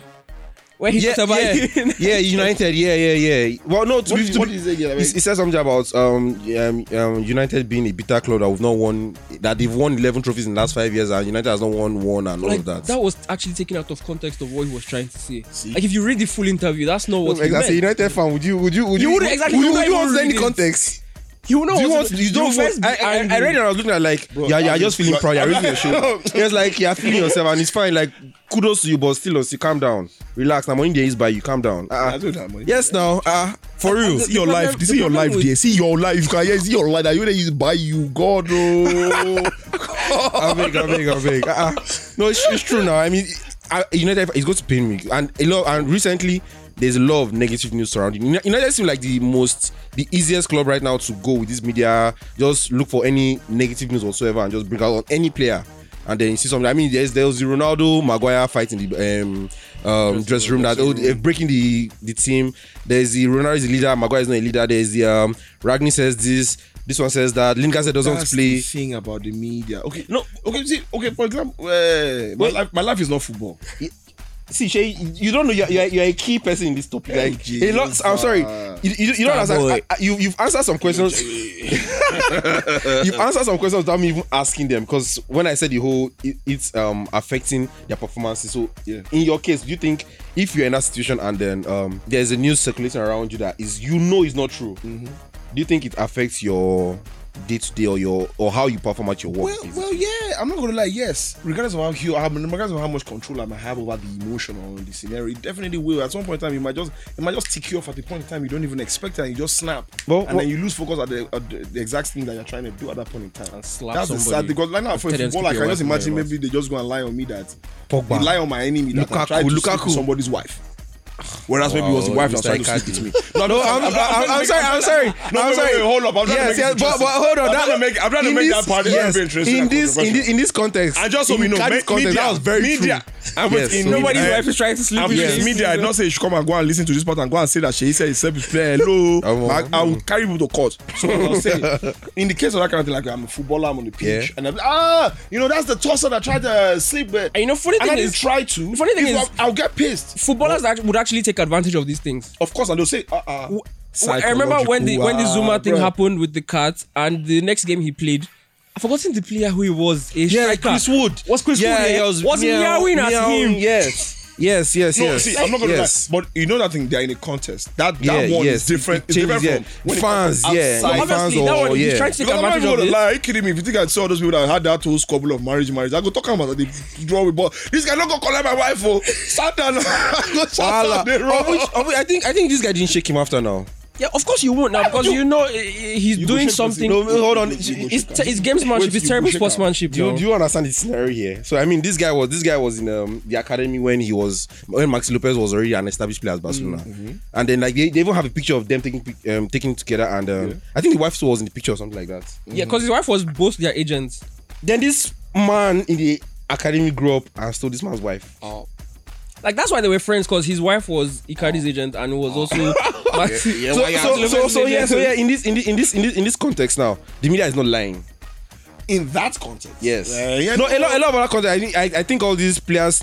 Speaker 5: where he
Speaker 1: Yeah,
Speaker 5: talked about
Speaker 1: yeah, [LAUGHS] yeah, United, yeah, yeah, yeah. Well, no, to
Speaker 6: What
Speaker 1: be,
Speaker 6: did-
Speaker 1: to
Speaker 6: what
Speaker 1: be-
Speaker 6: did he say again?
Speaker 1: he, he said something about um, um, um, United being a bitter club that we've not won, that they've won 11 trophies in the last five years, and United has not won one and all
Speaker 5: [LAUGHS] like
Speaker 1: of that.
Speaker 5: that was actually taken out of context of what he was trying to say. Like if you read the full interview, that's not what
Speaker 1: As
Speaker 5: he
Speaker 1: a
Speaker 5: meant.
Speaker 1: United fan, would you, would you, would
Speaker 5: You wouldn't- exactly,
Speaker 1: would
Speaker 5: you
Speaker 1: you, would
Speaker 5: wouldn't
Speaker 1: you
Speaker 5: even
Speaker 1: want
Speaker 5: read
Speaker 1: any
Speaker 5: it.
Speaker 1: context?
Speaker 5: You know,
Speaker 1: Do you want? You don't.
Speaker 5: first
Speaker 1: Want,
Speaker 5: be
Speaker 1: I, I, I
Speaker 5: angry.
Speaker 1: read it and I was looking at like, yeah, yeah,
Speaker 6: I'm
Speaker 1: you're just feeling
Speaker 6: like-
Speaker 1: proud. You're raising your
Speaker 6: [LAUGHS]
Speaker 1: shoulder. It's like you're feeling yourself, and it's fine. Like kudos to you, but still, you calm down, relax. Now money there is by you, calm down.
Speaker 6: I
Speaker 1: Uh,
Speaker 6: don't know, man.
Speaker 1: yes, now, uh, for real.
Speaker 5: the-
Speaker 6: See your
Speaker 5: the
Speaker 6: life.
Speaker 5: problem-
Speaker 6: see
Speaker 5: the
Speaker 6: your
Speaker 5: problem
Speaker 6: life
Speaker 5: with-
Speaker 6: there. See your life. You can hear, see your life. That you they buy you. God,
Speaker 1: [LAUGHS]
Speaker 6: oh.
Speaker 1: I beg, I beg, I beg. Uh-uh. No, it's, it's true now. I mean, I, United is going to pain me, and a lot. And recently, there's a lot of negative news surrounding Uni- United. Seem like the most, the easiest club right now to go with this media. Just look for any negative news whatsoever, and just bring out on any player. And then you see something. I mean, there's there was the Ronaldo Maguire fight in the um, um, dressing room that oh, they're breaking the the team. There's the Ronaldo is the leader, Maguire is not a leader. There's the um, Ragni says this, this one says that. Lingard said doesn't want
Speaker 6: That's
Speaker 1: to play.
Speaker 6: The thing about the media. Okay, no. Okay, see. Okay, for example, uh, my life. My life is not football.
Speaker 1: see, Shay, you don't know you're, you're, you're a key person in this topic. Like,
Speaker 6: Thank
Speaker 1: a lot.
Speaker 6: you,
Speaker 1: I'm sorry,
Speaker 6: sir.
Speaker 1: you, you, you don't understand. I, I, you, you've answered some questions. you've answered some questions without me even asking them because when I said the whole, it, it's um affecting their performances. So,
Speaker 6: Yeah.
Speaker 1: in your case, do you think if you're in that situation and then um there's a news circulating around you that is you know is not true, do you think it affects your day to day or your or how you perform at your work.
Speaker 2: Well,
Speaker 1: is.
Speaker 2: well, yeah. I'm not gonna lie. Yes,
Speaker 6: regardless of how you, I mean, regardless of how much control I might have over the emotion or the scenario, it definitely will. At some point in time, it might just it might just tick you off at the point in time you don't even expect it, and you just snap,
Speaker 1: Well,
Speaker 6: and
Speaker 1: well-
Speaker 6: then you lose focus at the, at the, the exact thing that you're trying to do at that point in time.
Speaker 5: And slap
Speaker 6: That's the sad
Speaker 5: somebody.
Speaker 6: thing, because right now for a
Speaker 5: Tell them to
Speaker 6: footballer, I
Speaker 5: keep
Speaker 6: can
Speaker 5: your
Speaker 6: just
Speaker 5: wife
Speaker 6: imagine
Speaker 5: away,
Speaker 6: maybe they just go and lie on me that
Speaker 1: Pogba.
Speaker 6: they lie on my enemy that I tried
Speaker 1: Lukaku,
Speaker 6: to sleep with
Speaker 1: Lukaku.
Speaker 6: somebody's wife. Whereas maybe it was the
Speaker 5: Oh,
Speaker 1: Wow,
Speaker 6: wife that was
Speaker 1: Mr.
Speaker 6: trying to sleep
Speaker 1: Icardi.
Speaker 6: with me. No,
Speaker 1: No, I'm, I'm, I'm, I'm sorry. I'm sorry.
Speaker 6: No,
Speaker 1: I'm
Speaker 6: wait,
Speaker 1: sorry.
Speaker 6: wait, hold up, I'm trying to
Speaker 1: yes,
Speaker 6: make it
Speaker 1: yes, but,
Speaker 6: interesting.
Speaker 1: but hold on.
Speaker 6: I'm
Speaker 1: that-
Speaker 6: trying to make- I'm trying to
Speaker 1: in
Speaker 6: make that
Speaker 1: this-
Speaker 6: part very
Speaker 1: yes,
Speaker 6: interesting
Speaker 1: In
Speaker 6: and
Speaker 1: this, in this,
Speaker 6: controversial.
Speaker 1: in this context,
Speaker 6: And just so we
Speaker 1: in
Speaker 6: know,
Speaker 1: Icardi's
Speaker 6: me-
Speaker 1: context,
Speaker 6: media-
Speaker 1: that was very
Speaker 6: media-
Speaker 1: true.
Speaker 6: I was in-
Speaker 1: so
Speaker 6: Nobody's
Speaker 1: media-
Speaker 6: wife
Speaker 5: is trying to sleep
Speaker 6: I'm
Speaker 5: with
Speaker 6: yes.
Speaker 5: you.
Speaker 6: media. I did not say you should come and go and listen to this part and go and say that she said himself is
Speaker 1: [LAUGHS]
Speaker 6: player. Hello,
Speaker 1: I won't.
Speaker 6: I, I will carry people to court. So I'll say, [LAUGHS] in the case of that kind of thing, like I'm a footballer, I'm on the pitch,
Speaker 1: Yeah.
Speaker 6: and I'm like, ah, you know, that's the tosser that tried to uh, sleep with.
Speaker 5: And you know, funny
Speaker 6: and I
Speaker 5: thing
Speaker 6: didn't
Speaker 5: is-
Speaker 6: try to.
Speaker 5: funny thing
Speaker 6: If
Speaker 5: is-
Speaker 6: I- I'll get pissed.
Speaker 5: Footballers act- would actually take advantage of these things.
Speaker 6: Of course, and they'll say, uh, uh
Speaker 5: Well, I remember when the when the
Speaker 6: Psychological,
Speaker 1: ah,
Speaker 5: Zuma thing
Speaker 6: bruh.
Speaker 5: happened with the cat, and the next game he played. I've forgotten the player who he was. A
Speaker 1: Yeah,
Speaker 5: striker.
Speaker 1: Chris Wood.
Speaker 5: Was Chris
Speaker 1: yeah,
Speaker 5: Wood?
Speaker 1: he
Speaker 5: Yeah,
Speaker 1: was,
Speaker 5: was
Speaker 1: meow-
Speaker 5: meowing at
Speaker 1: meow-
Speaker 5: him.
Speaker 1: Yes, yes, yes,
Speaker 6: No,
Speaker 1: yes.
Speaker 6: see, I'm not gonna
Speaker 1: yes.
Speaker 6: lie, but you know that thing. They're in a contest. That that
Speaker 1: Yeah,
Speaker 6: one
Speaker 1: yes.
Speaker 6: is different.
Speaker 1: It
Speaker 6: It's different
Speaker 1: changes,
Speaker 6: from
Speaker 1: yeah.
Speaker 6: when it
Speaker 1: Fans,
Speaker 6: comes
Speaker 1: yeah.
Speaker 6: outside.
Speaker 1: Like fans
Speaker 5: Obviously, that
Speaker 1: or-
Speaker 5: one he's
Speaker 1: yeah.
Speaker 5: trying to take
Speaker 6: Because I'm not
Speaker 5: advantage
Speaker 6: even
Speaker 5: of
Speaker 6: gonna
Speaker 5: this.
Speaker 6: lie, are you kidding me? If you think I saw those people that had that whole squabble of marriage, marriage, I go talk about the draw with ball. This guy not gonna call my wife for sat down. [LAUGHS] I go shout
Speaker 1: Wahala.
Speaker 6: out the road.
Speaker 1: Of
Speaker 5: Oh,
Speaker 1: which, of which, I think I think this guy didn't shake him after now.
Speaker 5: Yeah, of course you won't now because you know eh, eh, he's
Speaker 6: go
Speaker 5: doing
Speaker 6: shake pussy.
Speaker 5: something.
Speaker 6: No, hold on.
Speaker 5: It's, it's gamesmanship.
Speaker 6: Wait, you
Speaker 5: it's terrible
Speaker 6: go shake her.
Speaker 5: sportsmanship.
Speaker 1: Do you,
Speaker 5: now.
Speaker 1: do you understand the scenario here? So I mean, this guy was this guy was in um, the academy when he was when Maxi Lopez was already an established player at Barcelona, and then like they, they even have a picture of them taking pic- um, taking together, and um, I think the wife was in the picture or something like that.
Speaker 5: yeah, because his wife was both their agents.
Speaker 1: Then this man in the academy grew up and stole this man's wife.
Speaker 5: Like that's why they were friends because his wife was Icardi's agent and was
Speaker 1: Oh. [LAUGHS]
Speaker 5: also. [LAUGHS] Maxi-
Speaker 1: so,
Speaker 5: Maxi
Speaker 1: so,
Speaker 5: Lopez's
Speaker 1: so, so yeah,
Speaker 5: agent.
Speaker 1: so yeah. In this in this in this in this in this context now, the media is not lying.
Speaker 6: in that context,
Speaker 1: Yes.
Speaker 6: Uh, yeah,
Speaker 1: no, a lot, a lot of other content. I think, I, I think all these players.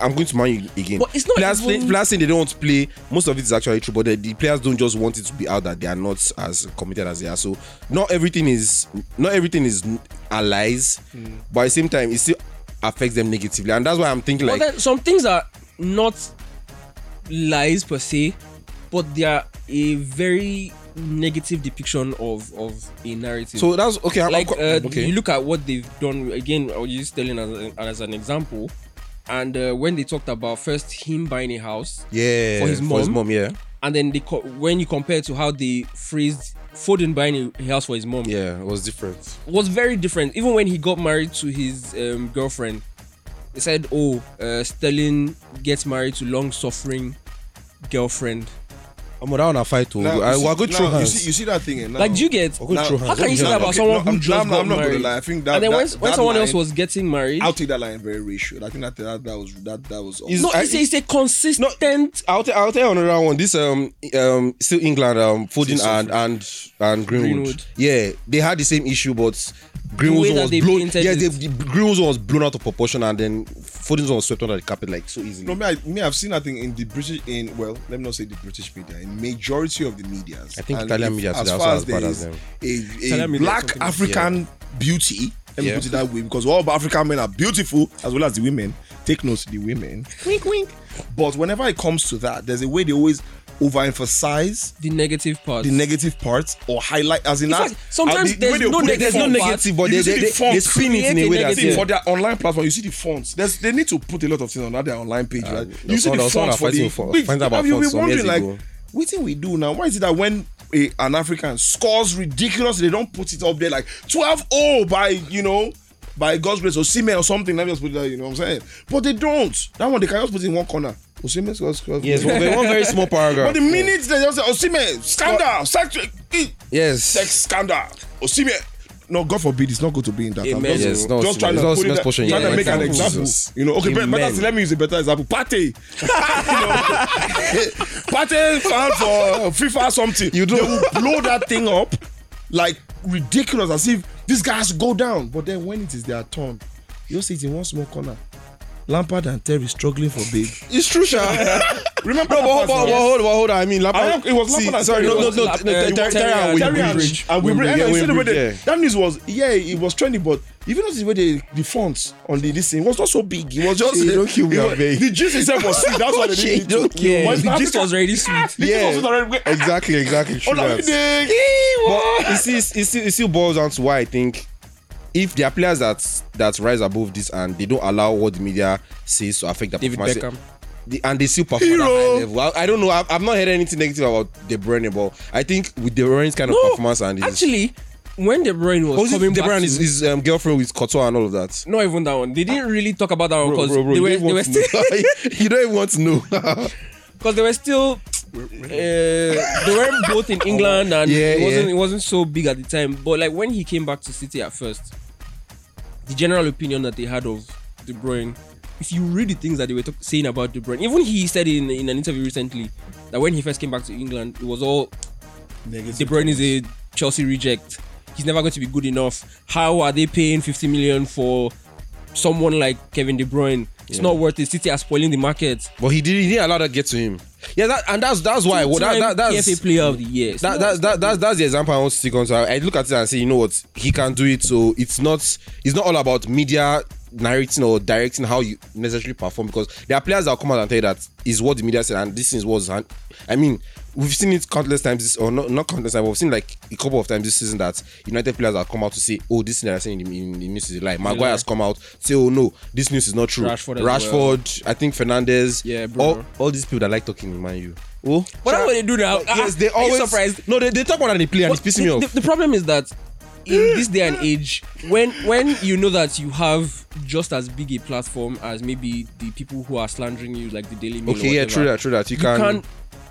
Speaker 1: I'm going to man you again.
Speaker 5: But it's not
Speaker 1: players,
Speaker 5: even-
Speaker 1: play, players saying they don't want to play. Eh, Most of it is actually true, but the, the players don't just want it to be out that they are not as committed as they are. So not everything is not everything is allies, but at the same time it still affects them negatively, and that's why I'm thinking
Speaker 5: But
Speaker 1: like
Speaker 5: then some things are not lies per se, but they are a very negative depiction of of a narrative.
Speaker 1: so. That's okay. I'm,
Speaker 5: like
Speaker 1: I'm,
Speaker 5: uh,
Speaker 1: okay.
Speaker 5: you look at what they've done again. I was just telling as, an- as an example, and uh, when they talked about first him buying a house,
Speaker 1: yeah,
Speaker 5: for his mom.
Speaker 1: yeah,
Speaker 5: and then they co- when you compare to how they phrased Foden buying a house for his mom,
Speaker 1: yeah, it was different.
Speaker 5: was very different. Even when he got married to his um, girlfriend, they said, "Oh, uh, Sterling gets married to long-suffering girlfiend."
Speaker 1: I'm that on a fight too.
Speaker 6: Now,
Speaker 1: I
Speaker 6: you see-
Speaker 1: will go
Speaker 6: now,
Speaker 1: through
Speaker 6: You
Speaker 1: hands.
Speaker 6: see, you see that thing, eh, now.
Speaker 5: Like, do you get?
Speaker 1: I'll go through
Speaker 5: how
Speaker 1: hands.
Speaker 5: can you say that
Speaker 6: Okay,
Speaker 5: about someone
Speaker 6: no,
Speaker 5: who
Speaker 6: I'm-
Speaker 5: just
Speaker 6: I'm-
Speaker 5: got
Speaker 6: I'm not gonna
Speaker 5: married?
Speaker 6: lie, I think that-
Speaker 5: and then when,
Speaker 6: that-
Speaker 5: when
Speaker 6: that
Speaker 5: someone
Speaker 6: line-
Speaker 5: else was getting married,
Speaker 6: I'll take that line very ratio. I think that that, that was that that was.
Speaker 1: Is-
Speaker 5: no,
Speaker 1: I-
Speaker 5: it's, a- it's a consistent.
Speaker 1: I'll tell I'll tell you another one. This um um still England um Foden
Speaker 6: Still
Speaker 1: and and and Greenwood.
Speaker 5: Greenwood.
Speaker 1: Yeah, they had the same issue, but Greenwood's
Speaker 5: way
Speaker 1: one
Speaker 5: that
Speaker 1: was
Speaker 5: they
Speaker 1: blown.
Speaker 5: painted
Speaker 1: Yeah,
Speaker 5: it.
Speaker 1: they, the Greenwood's one was blown out of proportion, and then Foden's one was swept under the carpet like so easily.
Speaker 6: no, me, I, me, I've seen that thing in the British, in well, let me not say the British media, in majority of the medias.
Speaker 1: I think
Speaker 6: And
Speaker 1: Italian
Speaker 6: if-
Speaker 1: media
Speaker 6: as
Speaker 1: today also
Speaker 6: far as
Speaker 1: as bad
Speaker 6: there
Speaker 1: as
Speaker 6: is
Speaker 1: them.
Speaker 6: a, a
Speaker 5: Italian media
Speaker 6: black
Speaker 5: something else.
Speaker 6: African beauty. Let me
Speaker 1: Yeah.
Speaker 6: put it that way because all African men are beautiful as well as the women. Take note, the women. Wink, wink. But whenever it comes to that, there's a way they always overemphasize
Speaker 5: the negative part.
Speaker 6: the negative parts or highlight as in,
Speaker 5: In
Speaker 6: that-
Speaker 5: fact, sometimes
Speaker 6: the
Speaker 5: there's
Speaker 6: way they
Speaker 5: no
Speaker 6: put it
Speaker 5: neg- there's no
Speaker 6: forward.
Speaker 5: negative,
Speaker 1: but
Speaker 6: If you
Speaker 1: they-
Speaker 6: see
Speaker 1: they-
Speaker 6: the
Speaker 1: they-
Speaker 6: font,
Speaker 1: they spin it in a way that's-
Speaker 6: See,
Speaker 1: yeah.
Speaker 6: for their online platform you see the fonts there's they need to put a lot of things on that their online page
Speaker 1: Uh,
Speaker 6: right you see
Speaker 1: some-
Speaker 6: the
Speaker 1: some
Speaker 6: fonts
Speaker 1: are
Speaker 6: for the
Speaker 1: fighting for-
Speaker 6: big-
Speaker 1: fighting about
Speaker 6: you'll be
Speaker 1: fonts some years
Speaker 6: wondering like
Speaker 1: ago.
Speaker 6: what thing we do now why is it that when a, an African scores ridiculous they don't put it up there like 12-0 by you know by God's grace Osimhen or something let me just put it there you know what I'm saying but they don't that one they can just put it in one corner Osimhen scores scores-
Speaker 1: Yes, one very, one very small
Speaker 6: [LAUGHS] but
Speaker 1: paragraph.
Speaker 6: the minute they just say Osimhen scandal eh, sexual sex
Speaker 1: yes.
Speaker 6: scandal. Osimhen. No, God forbid, it's not good to be in that. I'm
Speaker 5: Amen.
Speaker 6: just,
Speaker 5: Yes,
Speaker 1: no,
Speaker 6: just trying
Speaker 1: it's
Speaker 6: to,
Speaker 1: not-
Speaker 6: put it
Speaker 1: it's
Speaker 6: that-
Speaker 1: pushing.
Speaker 6: trying
Speaker 1: Yeah,
Speaker 6: to make an
Speaker 1: example.
Speaker 6: example.
Speaker 1: Jesus.
Speaker 6: You know, okay, but
Speaker 1: Amen.
Speaker 6: better still, let me use a better example. Pate. [LAUGHS] you know, Pate fan for FIFA something.
Speaker 1: You do.
Speaker 6: They will blow that thing up like ridiculous as if this guy has to go down. But then when it is their turn, you'll see it in one small corner. Lampard and Terry struggling for big.
Speaker 1: It's true, Sha.
Speaker 6: [LAUGHS] Remember
Speaker 1: No, but, but,
Speaker 6: that pass
Speaker 1: but,
Speaker 6: now?
Speaker 1: hold, but hold on. I mean,
Speaker 6: I don't-
Speaker 1: Lampard.
Speaker 6: it was
Speaker 1: see,
Speaker 6: Lampard and
Speaker 1: sorry,
Speaker 6: Terry.
Speaker 1: no, no,
Speaker 5: It
Speaker 1: no.
Speaker 5: was
Speaker 1: Ter- Ter-
Speaker 5: Lampard-
Speaker 1: Ter- Terry
Speaker 5: Terry
Speaker 1: and
Speaker 5: and
Speaker 6: Terry and
Speaker 1: Winbridge.
Speaker 6: and Winbridge. And you see the way
Speaker 1: Winbridge,
Speaker 6: they-
Speaker 1: yeah.
Speaker 6: That news was, yeah, it was trendy, but if you notice the way they, the font on the this thing was not so big. It was just
Speaker 1: Shey, don't kill me,
Speaker 6: it was-
Speaker 1: abeg.
Speaker 6: The juice itself was sweet. That's
Speaker 1: [LAUGHS]
Speaker 6: why they didn't.
Speaker 1: Shey, don't kill
Speaker 5: Yeah,
Speaker 6: But it's
Speaker 5: the
Speaker 6: Africa-
Speaker 5: gist was already sweet.
Speaker 6: [LAUGHS] The juice
Speaker 1: Yeah.
Speaker 6: was sweet already.
Speaker 1: Exactly, exactly. True that.
Speaker 6: Olamide.
Speaker 1: But it still, it still, it still boils down to why I think if there are players that that rise above this and they don't allow what the media says to affect their
Speaker 5: David
Speaker 1: performance,
Speaker 5: Beckham.
Speaker 1: the- and they still perform at a high level. I, I don't know. I've, I've not heard anything negative about De Bruyne, but I think with De Bruyne's kind of performance and his,
Speaker 5: Actually, when De Bruyne was
Speaker 6: Oh,
Speaker 1: was it
Speaker 5: coming
Speaker 1: De
Speaker 5: back
Speaker 1: Bruyne
Speaker 5: to-
Speaker 1: his, his um, girlfriend with Courtois and all of that.
Speaker 5: not even that one. They didn't really talk about that one
Speaker 1: Bro,
Speaker 5: because
Speaker 1: bro, bro,
Speaker 5: they
Speaker 1: you
Speaker 5: were
Speaker 1: don't
Speaker 5: they were
Speaker 1: want
Speaker 5: still
Speaker 1: to know. [LAUGHS] you don't even want to know.
Speaker 5: because they were still uh, they were both in England and
Speaker 1: Yeah,
Speaker 5: it wasn't
Speaker 1: yeah.
Speaker 5: it wasn't so big at the time. But like when he came back to City at first, the general opinion that they had of De Bruyne, if you read the things that they were talk- saying about De Bruyne, even he said in in an interview recently that when he first came back to England, it was all De Bruyne is a Chelsea reject. He's never going to be good enough. How are they paying 50 million for someone like Kevin De Bruyne? It's not worth it. City are spoiling the market.
Speaker 1: but he didn't, he didn't allow that get to him. Yeah, that, and that's that's why. Well, that, that, that's
Speaker 5: PFA Player of the Year. It's
Speaker 1: that,
Speaker 5: not-
Speaker 1: that, that, that's that's the example I want to stick on. So I, I look at it and say, you know what, he can do it. So it's not it's not all about media narrating or directing how you necessarily perform because there are players that will come out and tell you that is what the media said and this is what's hand- I mean, we've seen it countless times this or not not countless times, but we've seen like a couple of times this season that United players have come out to say, Oh, this thing that I said in the, in the news is a lie. Maguire has come out, say, Oh no, this news is not true.
Speaker 5: Rashford as
Speaker 1: Rashford, I think Fernandez,
Speaker 5: Yeah, Bruno.
Speaker 1: all, all these people that like talking in Man U. Oh,
Speaker 5: But that's what they do now. Ah, [LAUGHS]
Speaker 1: yes, they
Speaker 5: are you
Speaker 1: always
Speaker 5: surprised.
Speaker 1: No, they, they talk more than they play, and it's
Speaker 5: But
Speaker 1: pissing me
Speaker 5: the,
Speaker 1: off.
Speaker 5: the- the problem is that in this day and age, when when you know that you have just as big a platform as maybe the people who are slandering you, like the Daily Mail. or
Speaker 1: okay, yeah,
Speaker 5: whatever,
Speaker 1: true that, true that. You,
Speaker 5: You
Speaker 1: can,
Speaker 5: can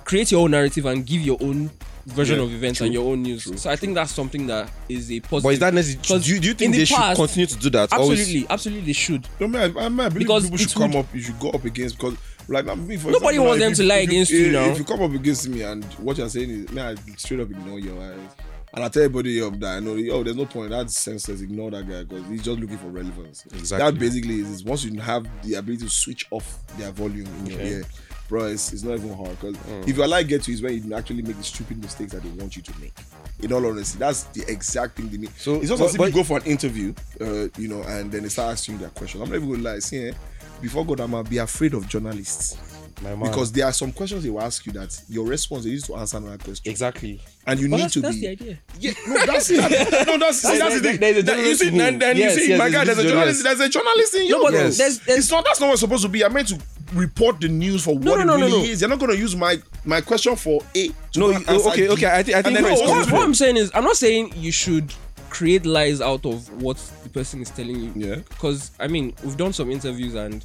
Speaker 5: create your own narrative and give your own version
Speaker 1: Yeah,
Speaker 5: of events and your own news. so I think that's something that is a positive.
Speaker 1: but is that necessary?
Speaker 5: 'Cause
Speaker 1: Do you, do you
Speaker 5: in
Speaker 1: think
Speaker 5: the
Speaker 1: they should
Speaker 5: past-
Speaker 1: continue to do that? Always-
Speaker 5: Absolutely, absolutely, they should.
Speaker 6: No, man, I, I, mean, I believe
Speaker 5: Because
Speaker 6: people
Speaker 5: it
Speaker 6: should come up. You should go up against because, like, now, me, for
Speaker 5: Nobody
Speaker 6: example,
Speaker 5: wants
Speaker 6: now,
Speaker 5: them
Speaker 6: if
Speaker 5: to lie
Speaker 6: if
Speaker 5: against you
Speaker 6: if-
Speaker 5: now.
Speaker 6: If you come up against me and what you're saying is, man, I straight up ignore your eyes. And I tell everybody up that I know, oh, there's no point. That's senseless. Ignore that guy because he's just looking for relevance.
Speaker 1: Exactly.
Speaker 6: That basically is, is once you have the ability to switch off their volume in your ear, bro, it's, it's not even hard because if your lie gets to you, is when you actually make the stupid mistakes that they want you to make. In all honesty, that's the exact thing they mean.
Speaker 1: So-
Speaker 6: So it's just
Speaker 1: but-
Speaker 6: as if
Speaker 1: but-
Speaker 6: you go for an interview, uh, you know, and then they start asking you their questions. I'm not even gonna lie, see, eh, before God, I'm be afraid of journalists because there are some questions they will ask you that your response they used to answer another question,
Speaker 1: exactly.
Speaker 6: and you
Speaker 5: But
Speaker 6: need
Speaker 5: that's,
Speaker 6: to
Speaker 5: that's
Speaker 6: be.
Speaker 5: the idea.
Speaker 6: Yeah, no, that's it.
Speaker 5: [LAUGHS]
Speaker 6: [LAUGHS] no, that's see, that's the
Speaker 1: there-
Speaker 6: thing.
Speaker 1: there's a
Speaker 6: That- you
Speaker 1: journalist
Speaker 6: see,
Speaker 1: who-
Speaker 6: then, then
Speaker 1: Yes,
Speaker 6: you see,
Speaker 1: yes,
Speaker 6: my
Speaker 1: there's
Speaker 6: guy,
Speaker 1: this
Speaker 6: there's a journalist. There's a journalist in you.
Speaker 5: but
Speaker 6: bro.
Speaker 5: Yes. there's- there's-
Speaker 6: it's not. That's not what it's supposed to be. I'm meant to report the news for what
Speaker 5: no, no,
Speaker 6: it
Speaker 5: no,
Speaker 6: really
Speaker 5: no.
Speaker 6: is. You're not going to use my my question for A. To
Speaker 1: No,
Speaker 6: go
Speaker 1: you-
Speaker 6: and answer
Speaker 1: okay,
Speaker 6: B.
Speaker 1: okay, I thi- I
Speaker 6: And
Speaker 1: think
Speaker 6: then-
Speaker 1: that's
Speaker 6: no,
Speaker 1: what
Speaker 5: What,
Speaker 1: it's
Speaker 5: what I'm saying is, I'm not saying you should create lies out of what the person is telling you.
Speaker 6: Yeah.
Speaker 5: Because I mean, we've done some interviews and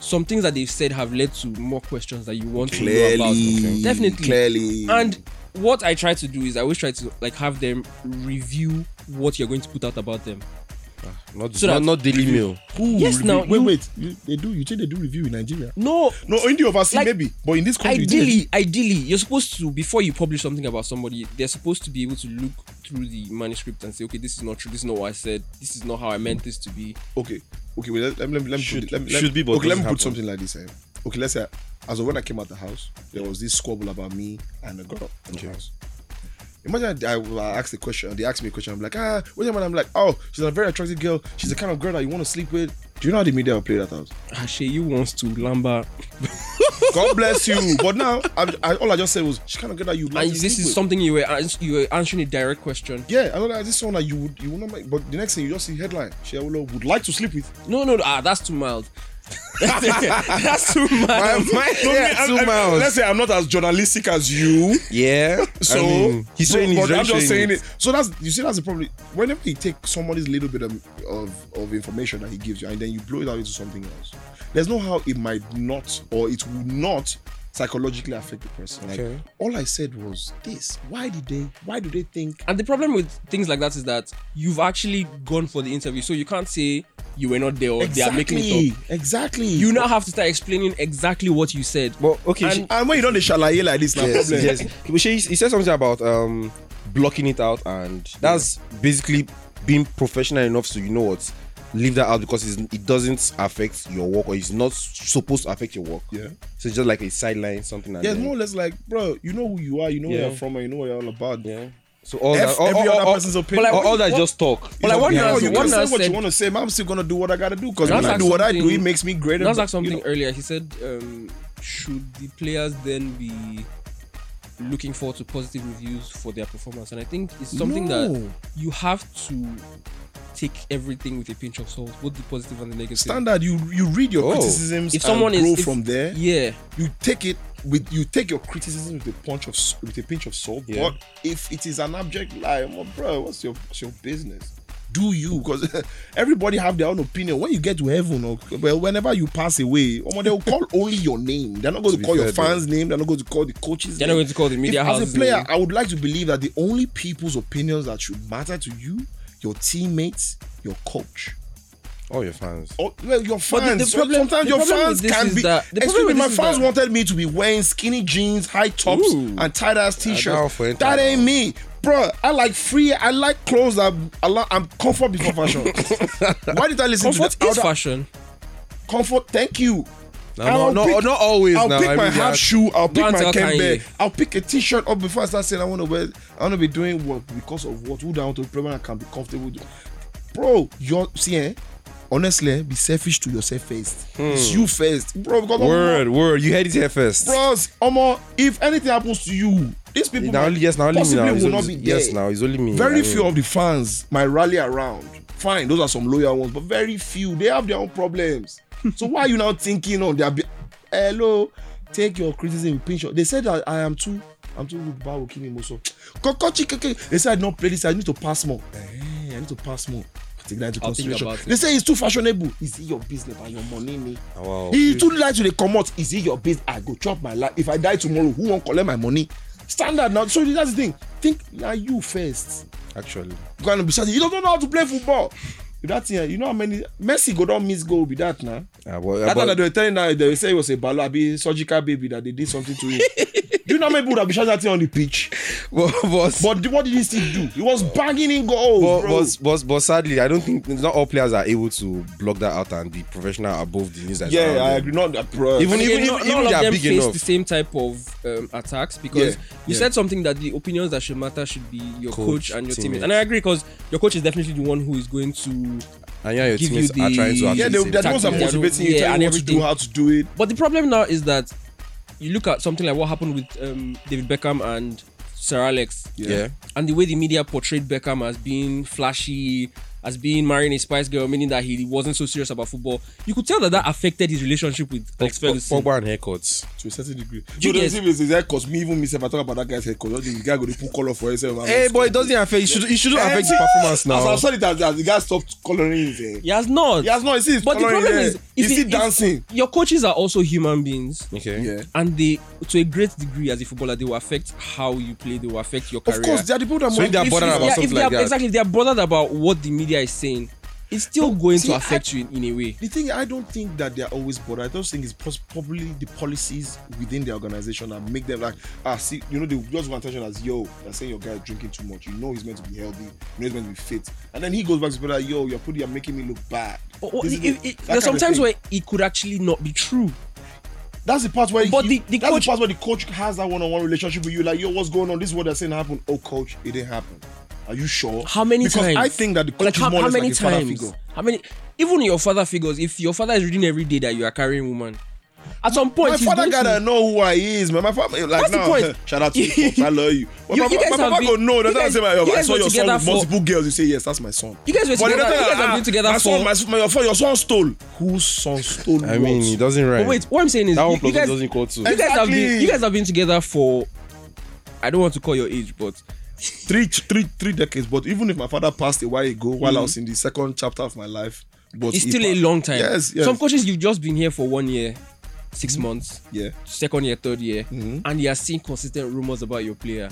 Speaker 5: some things that they've said have led to more questions that you want to know about. Definitely.
Speaker 6: clearly,
Speaker 5: And what I try to do is I always try to like have them review what you're going to put out about them.
Speaker 1: Not,
Speaker 5: So
Speaker 1: not,
Speaker 5: that-
Speaker 1: not [LAUGHS] Daily Mail.
Speaker 5: Yes,
Speaker 6: review-
Speaker 5: now,
Speaker 6: wait,
Speaker 5: you-
Speaker 6: wait, you, they do. You think they do review in Nigeria?
Speaker 5: No,
Speaker 6: No, in the overseas
Speaker 5: Like,
Speaker 6: maybe, but in this country,
Speaker 5: ideally, ideally, you're supposed to before you publish something about somebody, they're supposed to be able to look through the manuscript and say, okay, this is not true. This is not what I said. This is not how I meant this to be.
Speaker 6: okay, okay. Wait, let, let, me- let, me
Speaker 1: Should-
Speaker 6: put it- let, me-
Speaker 1: should
Speaker 6: let,
Speaker 1: be,
Speaker 6: me-
Speaker 1: but
Speaker 6: okay. Let
Speaker 1: doesn't
Speaker 6: me
Speaker 1: happen.
Speaker 6: put something like this. Eh? Okay, let's say as of when I came out the house, there was this squabble about me and a girl in the house. Imagine I, I, I asked a question, they asked me a question. I'm like, ah, what do you mean? I'm like, oh, she's a very attractive girl. She's the kind of girl that you want to sleep with. Do you know how the media will play that [LAUGHS] out?
Speaker 5: Ashe, you wants to lamba,
Speaker 6: God bless you. But now, I, I, all I just said was, she's the kind of girl that you like
Speaker 5: and
Speaker 6: to
Speaker 5: this is
Speaker 6: sleep with.
Speaker 5: something you were ans- you were answering a direct question.
Speaker 6: Yeah, I know that this is someone that you would you would not make. But the next thing you just see headline, Sheawolo would like to sleep with.
Speaker 5: No, no, no ah, that's too
Speaker 6: [LAUGHS]
Speaker 5: mild. that's too
Speaker 1: [LAUGHS]
Speaker 5: mild.
Speaker 1: my,
Speaker 6: No, me, I'm- I'm- Let's say I'm not as journalistic as you.
Speaker 1: Yeah.
Speaker 6: So
Speaker 1: I mean, he's saying
Speaker 6: but,
Speaker 1: he's
Speaker 6: but I'm just saying
Speaker 1: saying
Speaker 6: it. So that's you see that's the problem. Whenever you take somebody's little bit of, of of information that he gives you and then you blow it out into something else, there's no how it might not or it will not psychologically affect the person. Like,
Speaker 1: Okay.
Speaker 6: all I said was this. Why did they? Why do they think?
Speaker 5: And the problem with things like that is that you've actually gone for the interview, so you can't say you were not there or they are making it up.
Speaker 6: Exactly.
Speaker 5: You now have to start explaining exactly what you said.
Speaker 1: But okay,
Speaker 5: And-
Speaker 1: she-
Speaker 6: and when you don't they shalaye like this, now
Speaker 1: yes,
Speaker 6: problem.
Speaker 1: yes. But she, he said something about um blocking it out, and that's basically being professional enough so you know what leave that out because it's, it doesn't affect your work or it's not supposed to affect your work.
Speaker 6: Yeah.
Speaker 1: So it's just like a sideline, something. And
Speaker 6: Yeah, it's
Speaker 1: then-
Speaker 6: more or less like, bro, you know who you are, you know where
Speaker 1: Yeah.
Speaker 6: you're from, and you know what you're all about.
Speaker 1: Yeah. So all
Speaker 6: F
Speaker 1: that, all,
Speaker 6: every
Speaker 1: all-
Speaker 6: other
Speaker 1: all-
Speaker 6: person's
Speaker 1: all-
Speaker 6: opinion.
Speaker 5: But like,
Speaker 1: all,
Speaker 5: what-
Speaker 1: that
Speaker 5: what-
Speaker 1: just talk.
Speaker 5: but like, what
Speaker 1: Yeah.
Speaker 5: you
Speaker 6: No,
Speaker 5: one
Speaker 6: you can say
Speaker 5: man
Speaker 6: what
Speaker 5: said-
Speaker 6: you want to say, but I'm still gonna do what I gotta do because
Speaker 5: That's
Speaker 6: when I
Speaker 5: like
Speaker 6: do what I do, it
Speaker 5: something-
Speaker 6: makes me greater.
Speaker 5: That's
Speaker 6: but,
Speaker 5: like something
Speaker 6: You know,
Speaker 5: earlier. He said, um, should the players then be looking forward to positive reviews for their performance? And I think it's something that
Speaker 6: No.
Speaker 5: you have to take everything with a pinch of salt, both the positive and the negative.
Speaker 6: standard, you you read your
Speaker 1: Oh.
Speaker 6: criticisms
Speaker 5: If someone
Speaker 6: and
Speaker 5: is
Speaker 6: grow
Speaker 5: if-
Speaker 6: from there.
Speaker 5: yeah,
Speaker 6: You take it with you take your criticism with a punch of s- with a pinch of salt. But if it is an abject lie, well, bro, what's your what's your business? Do you? Because [LAUGHS] everybody have their own opinion. When you get to heaven or well, whenever you pass away, omo, they will call
Speaker 5: [LAUGHS]
Speaker 6: only your name. They're not going to,
Speaker 1: be
Speaker 6: call your
Speaker 1: fair, though.
Speaker 6: fans' name. They're not going to call the coaches.
Speaker 5: they're not going to call the media
Speaker 6: If-
Speaker 5: house.
Speaker 6: As a player, I would like to believe that the only people's opinions that should matter to you, your teammates, your coach,
Speaker 1: All your fans.
Speaker 6: or Oh, well, your
Speaker 5: But the-
Speaker 6: fans.
Speaker 5: the problem-
Speaker 6: Sometimes
Speaker 5: the
Speaker 6: your
Speaker 5: problem
Speaker 6: fans
Speaker 5: with this
Speaker 6: can
Speaker 5: is
Speaker 6: be.
Speaker 5: that- the problem
Speaker 6: excuse me,
Speaker 5: with
Speaker 6: my
Speaker 5: this is
Speaker 6: fans
Speaker 5: that-
Speaker 6: wanted me to be wearing skinny jeans, high tops,
Speaker 5: Ooh.
Speaker 6: and tight-ass
Speaker 1: down
Speaker 6: t-shirts.
Speaker 1: for it,
Speaker 6: That
Speaker 1: man.
Speaker 6: ain't me, bro. I like free. I like clothes that allow. I'm comfort before
Speaker 5: [LAUGHS]
Speaker 6: fashion. Why did I listen
Speaker 5: Comfort
Speaker 6: to that?
Speaker 5: is fashion.
Speaker 6: Comfort. Thank you.
Speaker 1: No, no, no, not always.
Speaker 6: I'll
Speaker 1: now.
Speaker 6: pick
Speaker 1: I
Speaker 6: my
Speaker 1: mean,
Speaker 6: half
Speaker 1: that-
Speaker 6: shoe. I'll pick
Speaker 5: Don't
Speaker 6: my
Speaker 5: tell
Speaker 6: Kembe.
Speaker 5: Kanye.
Speaker 6: I'll pick a t-shirt up before I start saying I want to wear. I want to be doing what because of what. Who do I want to be proven I can be comfortable. doing. Bro, you're see, eh? honestly, eh, be selfish to yourself first. It's you first, bro. Because
Speaker 1: Hmm. Word, word. You heard it here first.
Speaker 6: bros, Omo, if anything happens to you, these people
Speaker 1: Now,
Speaker 6: might-
Speaker 1: yes, now only me.
Speaker 6: possibly
Speaker 1: Now. It's
Speaker 6: will
Speaker 1: only-
Speaker 6: not be there.
Speaker 1: yes, now it's only me.
Speaker 6: Very
Speaker 1: I
Speaker 6: few
Speaker 1: mean,
Speaker 6: of the fans might rally around. Fine, those are some loyal ones, but very few. They have their own problems. so why are you now thinking on their? Be- Hello, take your criticism with pinch. of- They said that I am too. I'm too rude. Bawo Kimi Moso. Kokochi keke. They said I did not play this. I need to pass more. Eh, I need to pass more. I Take that into
Speaker 5: I'll think
Speaker 6: consideration.
Speaker 5: about it.
Speaker 6: They say it's too fashionable. Is it your business and your money? Me.
Speaker 1: Wow.
Speaker 6: He too like to dey comot. Is it your base? I go chop my life. If I die tomorrow, who wan collect my money? Standard now. So that's the thing. Think na you first.
Speaker 1: Actually.
Speaker 6: Go and be shouting. You don't know how to play football. If that thing, you know how many Messi go don miss goal be that na.
Speaker 1: Ah, but-
Speaker 6: That
Speaker 1: but-
Speaker 6: time that they were telling na they were say it was a balo abi surgical baby that they did something to [LAUGHS] him. Do you know how many people that be shouting that thing on the pitch?
Speaker 1: [LAUGHS] but, but,
Speaker 6: But the- what did he still do? He was banging in goals,
Speaker 1: but,
Speaker 6: bro.
Speaker 1: but, but, but sadly, I don't think not all players are able to block that out and be professional above the news. that's
Speaker 6: yeah,
Speaker 1: around
Speaker 6: I
Speaker 1: them.
Speaker 6: agree. Not that, bro.
Speaker 1: Even-
Speaker 5: And again,
Speaker 1: even-
Speaker 5: not,
Speaker 1: even
Speaker 5: not all
Speaker 1: they
Speaker 5: of
Speaker 1: are
Speaker 5: them
Speaker 1: big
Speaker 5: face
Speaker 1: enough.
Speaker 5: the same type of um, attacks because
Speaker 6: Yeah,
Speaker 5: you
Speaker 6: yeah.
Speaker 5: said something that the opinions that should matter should be your coach,
Speaker 1: Coach,
Speaker 5: and your teammates.
Speaker 1: teammates.
Speaker 5: And I agree because your coach is definitely the one who is going to.
Speaker 1: And yeah, your
Speaker 5: give you
Speaker 1: teammates are trying
Speaker 5: the-
Speaker 1: to.
Speaker 6: yeah,
Speaker 1: actually
Speaker 6: they,
Speaker 1: save
Speaker 6: they're the ones that are
Speaker 5: tactics.
Speaker 6: motivating you,
Speaker 5: Yeah,
Speaker 6: telling
Speaker 5: and
Speaker 6: you what to do,
Speaker 5: everything.
Speaker 6: how to do it.
Speaker 5: But the problem now is that you look at something like what happened with um, David Beckham and Sir Alex,
Speaker 1: Yeah. yeah.
Speaker 5: and the way the media portrayed Beckham as being flashy. As being marrying a Spice Girl, meaning that he wasn't so serious about football, you could tell that that affected his relationship with Alex Ferguson.
Speaker 1: Pogba and haircuts.
Speaker 6: to a certain degree.
Speaker 5: You
Speaker 6: You no,
Speaker 5: get-
Speaker 6: the thing is, is that cause me even myself, I talk about that guy's head cause the guy go to put color for himself.
Speaker 1: Hey, but it doesn't affect. It, should, it shouldn't affect the performance
Speaker 6: As
Speaker 1: now.
Speaker 6: I saw it, as, as the guy stopped coloring his hair.
Speaker 5: He has not.
Speaker 6: He has not. You see, his
Speaker 5: But the
Speaker 6: coloring
Speaker 5: problem
Speaker 6: hair.
Speaker 5: is,
Speaker 6: you
Speaker 5: if
Speaker 6: see
Speaker 5: it- if-
Speaker 6: dancing.
Speaker 5: your coaches are also human beings.
Speaker 1: Okay.
Speaker 6: Yeah.
Speaker 5: and they to a great degree as a footballer they will affect how you play they will affect your career
Speaker 6: Of course, they are the people that
Speaker 1: So if they are
Speaker 6: motivate
Speaker 1: bothered about
Speaker 5: yeah, if
Speaker 6: you.
Speaker 1: something
Speaker 5: they are,
Speaker 1: like that.
Speaker 5: exactly if they are bothered about what the media is saying it's still going
Speaker 6: see,
Speaker 5: to affect you in, in a way
Speaker 6: The thing I don't think that they are always bothered. I just think it's pos- probably the policies within the organization that make them like ah see you know they just want attention as yo they're saying your guy is drinking too much. You know he's meant to be healthy. You know he's meant to be fit. And then he goes back to people like yo you're putting you're making me look bad.
Speaker 5: But what-
Speaker 6: This is
Speaker 5: Oh, it-
Speaker 6: it.
Speaker 5: it-
Speaker 6: That
Speaker 5: there's
Speaker 6: kind of
Speaker 5: sometimes
Speaker 6: thing.
Speaker 5: where it could actually not be true
Speaker 6: That's the part where
Speaker 5: But
Speaker 6: you-
Speaker 5: the- the
Speaker 6: that's
Speaker 5: coach-
Speaker 6: the part where the coach has that one-on-one relationship with you. Like, yo, what's going on? This is what they're saying happened. Oh, coach, it didn't happen. Are you sure?
Speaker 5: how many
Speaker 6: because
Speaker 5: times
Speaker 6: I think that the coach
Speaker 5: like
Speaker 6: is
Speaker 5: how,
Speaker 6: more or
Speaker 5: how
Speaker 6: less
Speaker 5: many
Speaker 6: like a father
Speaker 5: times
Speaker 6: figure.
Speaker 5: how many even your father figures if your father is reading every day that you are carrying woman at some point
Speaker 6: My
Speaker 5: he's
Speaker 6: father
Speaker 5: going to-
Speaker 6: gotta know who I is, man. My father, like,
Speaker 5: That's the
Speaker 6: now,
Speaker 5: point.
Speaker 6: [LAUGHS] shout out to you, pops, I love
Speaker 5: [LAUGHS]
Speaker 6: you. But
Speaker 5: You-
Speaker 6: my,
Speaker 5: you
Speaker 6: my,
Speaker 5: guys have
Speaker 6: papa
Speaker 5: been-
Speaker 6: go, no,
Speaker 5: you
Speaker 6: that's
Speaker 5: guys-
Speaker 6: not my
Speaker 5: you
Speaker 6: I
Speaker 5: guys
Speaker 6: saw
Speaker 5: were
Speaker 6: your son
Speaker 5: together
Speaker 6: with
Speaker 5: for-
Speaker 6: multiple girls. You say, yes, that's my son.
Speaker 5: you guys were
Speaker 6: But the
Speaker 5: together,
Speaker 6: other
Speaker 5: you guys
Speaker 6: time,
Speaker 5: have
Speaker 6: ah,
Speaker 5: been together
Speaker 6: my son-
Speaker 5: for
Speaker 6: my, son- my, your, son, your son stole. Whose son stole?
Speaker 1: I mean, it
Speaker 6: what?
Speaker 1: doesn't
Speaker 5: but
Speaker 1: rhyme.
Speaker 5: wait what i'm saying is
Speaker 1: that
Speaker 5: you,
Speaker 1: one
Speaker 5: you
Speaker 1: plus one
Speaker 5: guys
Speaker 1: doesn't equal two.
Speaker 5: you guys have been
Speaker 6: Exactly.
Speaker 5: you guys have been together for i don't want to call your age but
Speaker 6: three three three decades. But even if my father passed a while ago, while I was in the second chapter of my life, but
Speaker 5: it's
Speaker 6: he
Speaker 5: Mm. still a
Speaker 6: passed.
Speaker 5: long time.
Speaker 6: Yes, yes.
Speaker 5: Some coaches you've just been here for one year, 6
Speaker 1: Mm-hmm.
Speaker 5: months,
Speaker 6: yeah.
Speaker 5: second year, third year, and you are seeing consistent rumors about your player.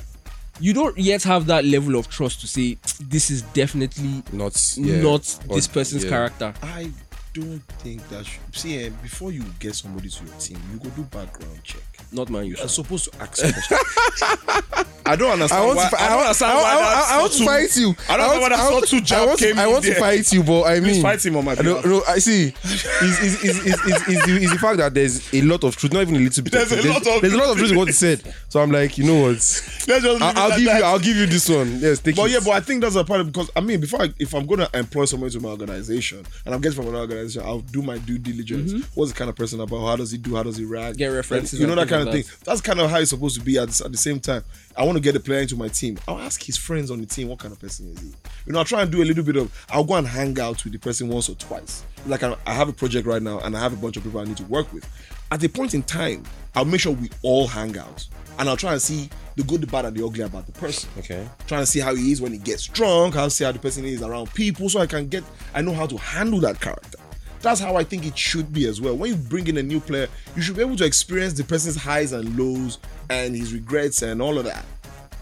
Speaker 5: You don't yet have that level of trust to say this is definitely
Speaker 1: Not. Yeah.
Speaker 5: not
Speaker 1: Or-
Speaker 5: this person's
Speaker 1: yeah.
Speaker 5: character.
Speaker 6: I don't think that should, see eh, before you get somebody to your team, you go do background check.
Speaker 5: Not my
Speaker 6: You
Speaker 5: usual.
Speaker 6: are supposed to ask questions. [LAUGHS] I don't understand.
Speaker 2: I want
Speaker 6: why,
Speaker 2: to. fi-
Speaker 6: I
Speaker 2: I
Speaker 6: don't
Speaker 2: want. I
Speaker 6: understand why
Speaker 2: want- I
Speaker 6: that
Speaker 2: want- I want to
Speaker 6: Sotu-
Speaker 2: fight you.
Speaker 6: I don't know
Speaker 2: want-
Speaker 6: why that
Speaker 2: I want-
Speaker 6: Sotu jab
Speaker 2: I want to-
Speaker 6: came
Speaker 2: I
Speaker 6: in
Speaker 2: want to
Speaker 6: there.
Speaker 2: fight you, but I mean,
Speaker 6: fight him on my
Speaker 2: No,
Speaker 6: behalf.
Speaker 2: no. I see.
Speaker 1: is is is is is is the, is the fact that there's a lot of truth, not even a little bit.
Speaker 6: There's a
Speaker 1: truth.
Speaker 6: lot of
Speaker 1: there's a lot of truth in what he said. So I'm like, you know what?
Speaker 6: Let's just leave
Speaker 1: I,
Speaker 6: it
Speaker 1: I'll
Speaker 6: at
Speaker 1: give
Speaker 6: that.
Speaker 1: you. I'll give you this one. Yes, take
Speaker 6: But
Speaker 1: it.
Speaker 6: yeah, but I think that's a part of because I mean, before I, if I'm gonna employ someone to my organization and I'm getting from another organization, I'll do my due diligence. What's the kind of person about? How does he do? How does he react?
Speaker 5: Mm-hmm. Get references
Speaker 6: you know
Speaker 5: and
Speaker 6: that
Speaker 5: things
Speaker 6: kind of
Speaker 5: like
Speaker 6: thing. That's kind of how it's supposed to be. At, at the same time, I want to get a player into my team. I'll ask his friends on the team what kind of person is he. You know, I'll try and do a little bit of. I'll go and hang out with the person once or twice. Like I, I have a project right now and I have a bunch of people I need to work with. At a point in time, I'll make sure we all hang out and I'll try and see the good, the bad, and the ugly about the person
Speaker 1: okay.
Speaker 6: trying to see how he is when he gets drunk, how see how the person is around people, so I can get I know how to handle that character. That's how I think it should be as well. When you bring in a new player, you should be able to experience the person's highs and lows and his regrets and all of that.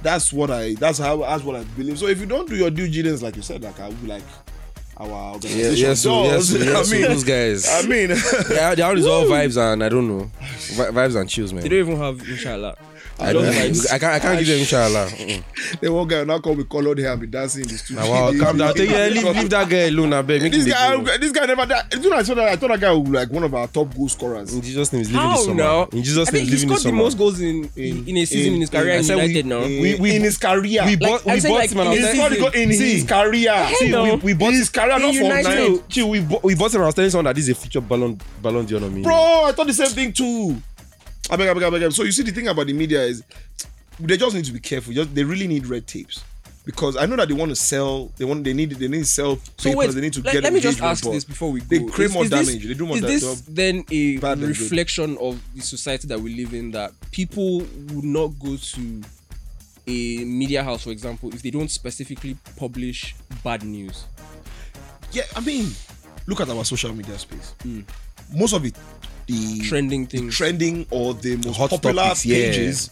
Speaker 6: That's what I that's how that's what I believe. So if you don't do your due diligence, like you said, like I would like our
Speaker 1: Yeah,
Speaker 6: organization
Speaker 1: yes, so, yes,
Speaker 6: does. [LAUGHS]
Speaker 1: so, yes, so
Speaker 6: I mean,
Speaker 1: those guys.
Speaker 6: I mean,
Speaker 1: yeah, that one is all vibes and I don't know, Vi- vibes and chills,
Speaker 5: They
Speaker 1: man.
Speaker 5: don't even have inshallah.
Speaker 6: [LAUGHS]
Speaker 1: I don't. I
Speaker 5: vibes.
Speaker 1: can't. I can't give them inshallah. Mm-mm.
Speaker 6: the one guy will now call me colored hair and be dancing in the studio.
Speaker 1: Now, wow, calm
Speaker 6: [LAUGHS]
Speaker 1: down. Take yeah, leave, leave that guy alone. I beg. Make
Speaker 6: This
Speaker 1: him dey
Speaker 6: guy,
Speaker 1: go.
Speaker 6: this guy never died. You know, I thought that, I thought that guy was like one of our top goal scorers.
Speaker 1: In Jesus' name, he's living this
Speaker 5: How
Speaker 1: summer.
Speaker 5: now?
Speaker 1: In Jesus'
Speaker 5: I
Speaker 1: name,
Speaker 5: think he
Speaker 1: he's living
Speaker 5: scored
Speaker 1: this
Speaker 5: the
Speaker 1: summer.
Speaker 5: most goals in in, a season in, his career
Speaker 1: I
Speaker 5: in
Speaker 1: said we-
Speaker 5: United now.
Speaker 6: We, in his career,
Speaker 1: we
Speaker 5: Like,
Speaker 1: bought,
Speaker 5: I'm
Speaker 1: we
Speaker 5: saying,
Speaker 1: bought
Speaker 5: like,
Speaker 1: him and I was
Speaker 5: in
Speaker 6: He
Speaker 5: this
Speaker 1: telling
Speaker 6: scored the goal in
Speaker 1: See,
Speaker 6: his career.
Speaker 5: See,
Speaker 1: we,
Speaker 5: No.
Speaker 1: we bought
Speaker 6: his career, not for
Speaker 5: United.
Speaker 6: nine.
Speaker 1: Chill, chill, we, bought, we bought him and I was telling someone that this is a future Ballon, Ballon d'Or nominee.
Speaker 6: Bro, I thought the same thing too. I beg, I beg, I beg, I beg. So you see, the thing about the media is they just need to be careful. Just, they really need red tapes because I know that they want to sell. They want. They need. They need to sell papers.
Speaker 5: so wait,
Speaker 6: they need to
Speaker 5: let,
Speaker 6: get.
Speaker 5: let me just
Speaker 6: engagement,
Speaker 5: ask
Speaker 6: but
Speaker 5: this before we go.
Speaker 6: They create
Speaker 5: Is-
Speaker 6: more
Speaker 5: is this-
Speaker 6: damage. they do more
Speaker 5: Is
Speaker 6: damage.
Speaker 5: this then a
Speaker 6: Bad and good.
Speaker 5: reflection of the society that we live in that people would not go to a media house, for example, if they don't specifically publish bad news?
Speaker 6: yeah, I mean, look at our social media space.
Speaker 1: Hmm.
Speaker 6: Most of it, the
Speaker 5: Trending things.
Speaker 6: trending or the most
Speaker 1: Hot
Speaker 6: popular
Speaker 1: topics, yeah.
Speaker 6: pages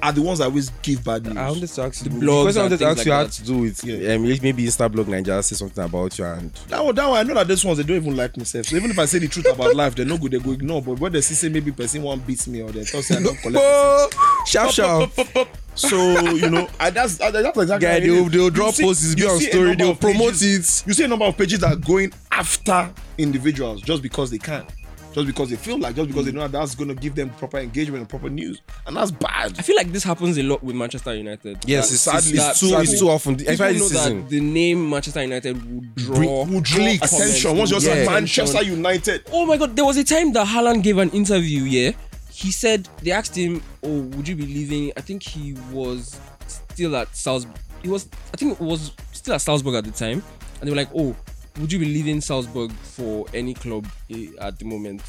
Speaker 6: are the ones that always give bad news.
Speaker 1: I wanted to ask you. The
Speaker 5: blogs
Speaker 1: question I wanted
Speaker 5: and
Speaker 1: to
Speaker 5: things
Speaker 1: ask you
Speaker 5: like
Speaker 1: had
Speaker 5: that.
Speaker 1: to do with
Speaker 6: Yeah.
Speaker 1: um, maybe Insta blog Nigeria say something about you and
Speaker 6: that one, that one, I know that those ones they don't even like myself. So even if I say the truth
Speaker 1: [LAUGHS]
Speaker 6: about life, they're no good, they go ignore. But when they see say maybe person one beats me or they thought say
Speaker 1: [LAUGHS]
Speaker 6: I don't collect.
Speaker 1: Oh, sharp sharp.
Speaker 6: so you know, I, that's I, that's exactly
Speaker 1: Guy,
Speaker 6: how it
Speaker 1: they'll-
Speaker 6: is.
Speaker 1: they'll
Speaker 6: You
Speaker 1: drop posts, it's be
Speaker 6: you
Speaker 1: on
Speaker 6: see a
Speaker 1: story,
Speaker 6: number
Speaker 1: they'll
Speaker 6: of pages-
Speaker 1: promote it.
Speaker 6: You see a number of pages that are going after individuals just because they can. Just because they feel like, just because they know that that's going to give them proper engagement and proper news, and that's bad.
Speaker 5: I feel like this happens a lot with Manchester United.
Speaker 1: Yes,
Speaker 5: That-
Speaker 1: it's, it's,
Speaker 5: that
Speaker 1: it's too
Speaker 5: people-
Speaker 1: it's too often.
Speaker 5: people
Speaker 1: Especially
Speaker 5: know
Speaker 1: this season.
Speaker 5: that the name Manchester United would draw,
Speaker 6: Would click
Speaker 5: draw
Speaker 6: attention.
Speaker 5: comments,
Speaker 6: Once you
Speaker 5: would
Speaker 6: say
Speaker 5: draw
Speaker 6: Manchester
Speaker 5: attention.
Speaker 6: United,
Speaker 5: Oh my god, there was a time that Haaland gave an interview, yeah. He said they asked him, Oh, would you be leaving? I think he was still at Salzburg. He was I think it was still at Salzburg at the time. And they were like, Oh, would you be leaving Salzburg for any club eh, at the moment?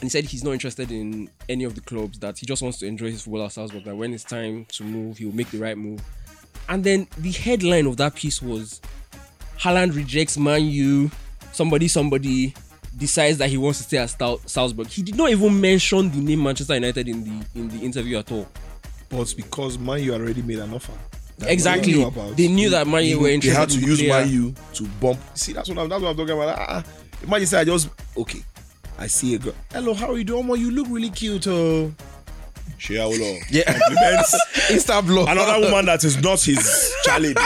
Speaker 5: And he said he's not interested in any of the clubs, that he just wants to enjoy his football at Salzburg, that when it's time to move, he'll make the right move. And then the headline of that piece was Haaland rejects Man U. Somebody, somebody decides that he wants to stay at Stal- Salzburg. He did not even mention the name Manchester United in the in the interview at all.
Speaker 6: but because Man U already made an offer.
Speaker 5: exactly.
Speaker 6: they knew about.
Speaker 5: They knew that Man U were
Speaker 6: they
Speaker 5: interested.
Speaker 6: had to
Speaker 5: in the
Speaker 6: use
Speaker 5: player.
Speaker 6: Man U to bump. See, that's what I'm, that's what I'm talking about. Ah, ah. imagine say I just okay. I see a girl. Hello, how are you doing? Omo, you look really cute. Oh, Sheaolo.
Speaker 1: Yeah.
Speaker 6: [LAUGHS]
Speaker 1: Insta blog.
Speaker 6: Another woman that is not his challenge.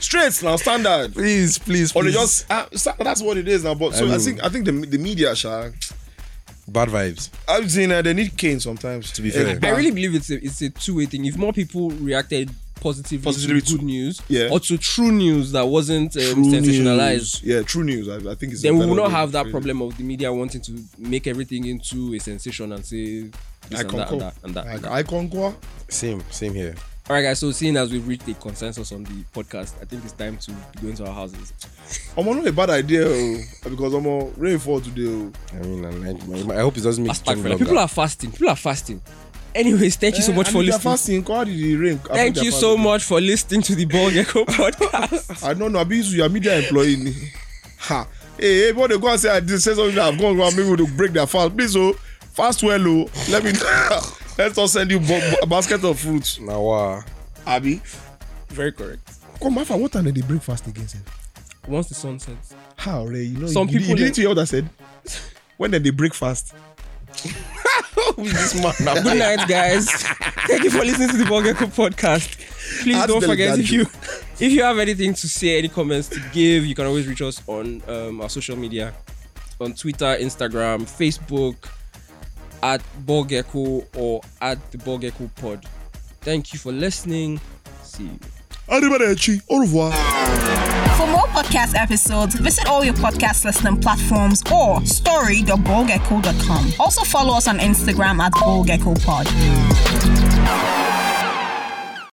Speaker 6: Straight now, standard.
Speaker 1: Please, please, please.
Speaker 6: Or they just ah, sta- that's what it is now. But so I,
Speaker 1: know.
Speaker 6: think I think the the media, Sha,
Speaker 1: bad vibes.
Speaker 6: I've seen uh, they need cane sometimes. To
Speaker 1: be fair.
Speaker 5: I really believe it's a, it's a two way thing. If more people reacted positively,
Speaker 6: Positively
Speaker 5: to good news
Speaker 6: yeah.
Speaker 5: or to true news that wasn't um, sensationalized,
Speaker 6: Yeah, true news. I, I think it's a
Speaker 5: then we will
Speaker 6: better
Speaker 5: not
Speaker 6: way
Speaker 5: have
Speaker 6: to
Speaker 5: that
Speaker 6: phrase it.
Speaker 5: problem of the media wanting to make everything into a sensation and say this and that, and
Speaker 6: Icon
Speaker 5: that and that. and that.
Speaker 6: I concur.
Speaker 1: Same, same here.
Speaker 5: All right, guys. So seeing as we've reached a consensus on the podcast, I think it's time to go into our houses.
Speaker 6: I'm not a bad idea oh, because I'm a rainfall today. Oh.
Speaker 1: I mean, I, I, I hope it doesn't make John
Speaker 5: Astaghfirullah.
Speaker 1: longer.
Speaker 5: People are fasting. People are fasting. Anyways, thank you so
Speaker 6: Eh,
Speaker 5: much
Speaker 6: and
Speaker 5: for
Speaker 6: if they're
Speaker 5: listening.
Speaker 6: Fasting, how did the rain? affect
Speaker 5: Thank
Speaker 6: their
Speaker 5: you so
Speaker 6: fasting?
Speaker 5: much for listening to the Ball Gecko [LAUGHS] podcast.
Speaker 6: I don't know. I be used to your media employee. ni. ha! Hey, hey, but they go and say I did say something. that I've gone wrong. Maybe to break their fast. Please, oh, fast well, oh. Let me. [LAUGHS] Let's just send you bo- a basket of fruits.
Speaker 1: Now, wow.
Speaker 6: Abi,
Speaker 5: Very correct.
Speaker 6: come Alpha, What time did they break fast again? Sir?
Speaker 5: Once the sun sets.
Speaker 6: How, Ray? You know,
Speaker 5: Some
Speaker 6: you,
Speaker 5: people
Speaker 6: You didn't
Speaker 5: then-
Speaker 6: hear what I said. When did they break fast?
Speaker 1: Who is this man now?
Speaker 5: Good night, guys. Thank you for listening to the Bulger Cup podcast. Please
Speaker 2: Ask
Speaker 5: don't
Speaker 2: Belly
Speaker 5: forget
Speaker 2: that
Speaker 5: if you if you have anything to say, any comments to give, you can always reach us on um, our social media, on Twitter, Instagram, Facebook, at Bulgecko or at the Bulgecko Pod. Thank you for listening. See you.
Speaker 2: Arrivederci. Au revoir.
Speaker 8: For more podcast episodes, visit all your podcast listening platforms or story.ballgecko.com. Also follow us on Instagram at ballgeckopod.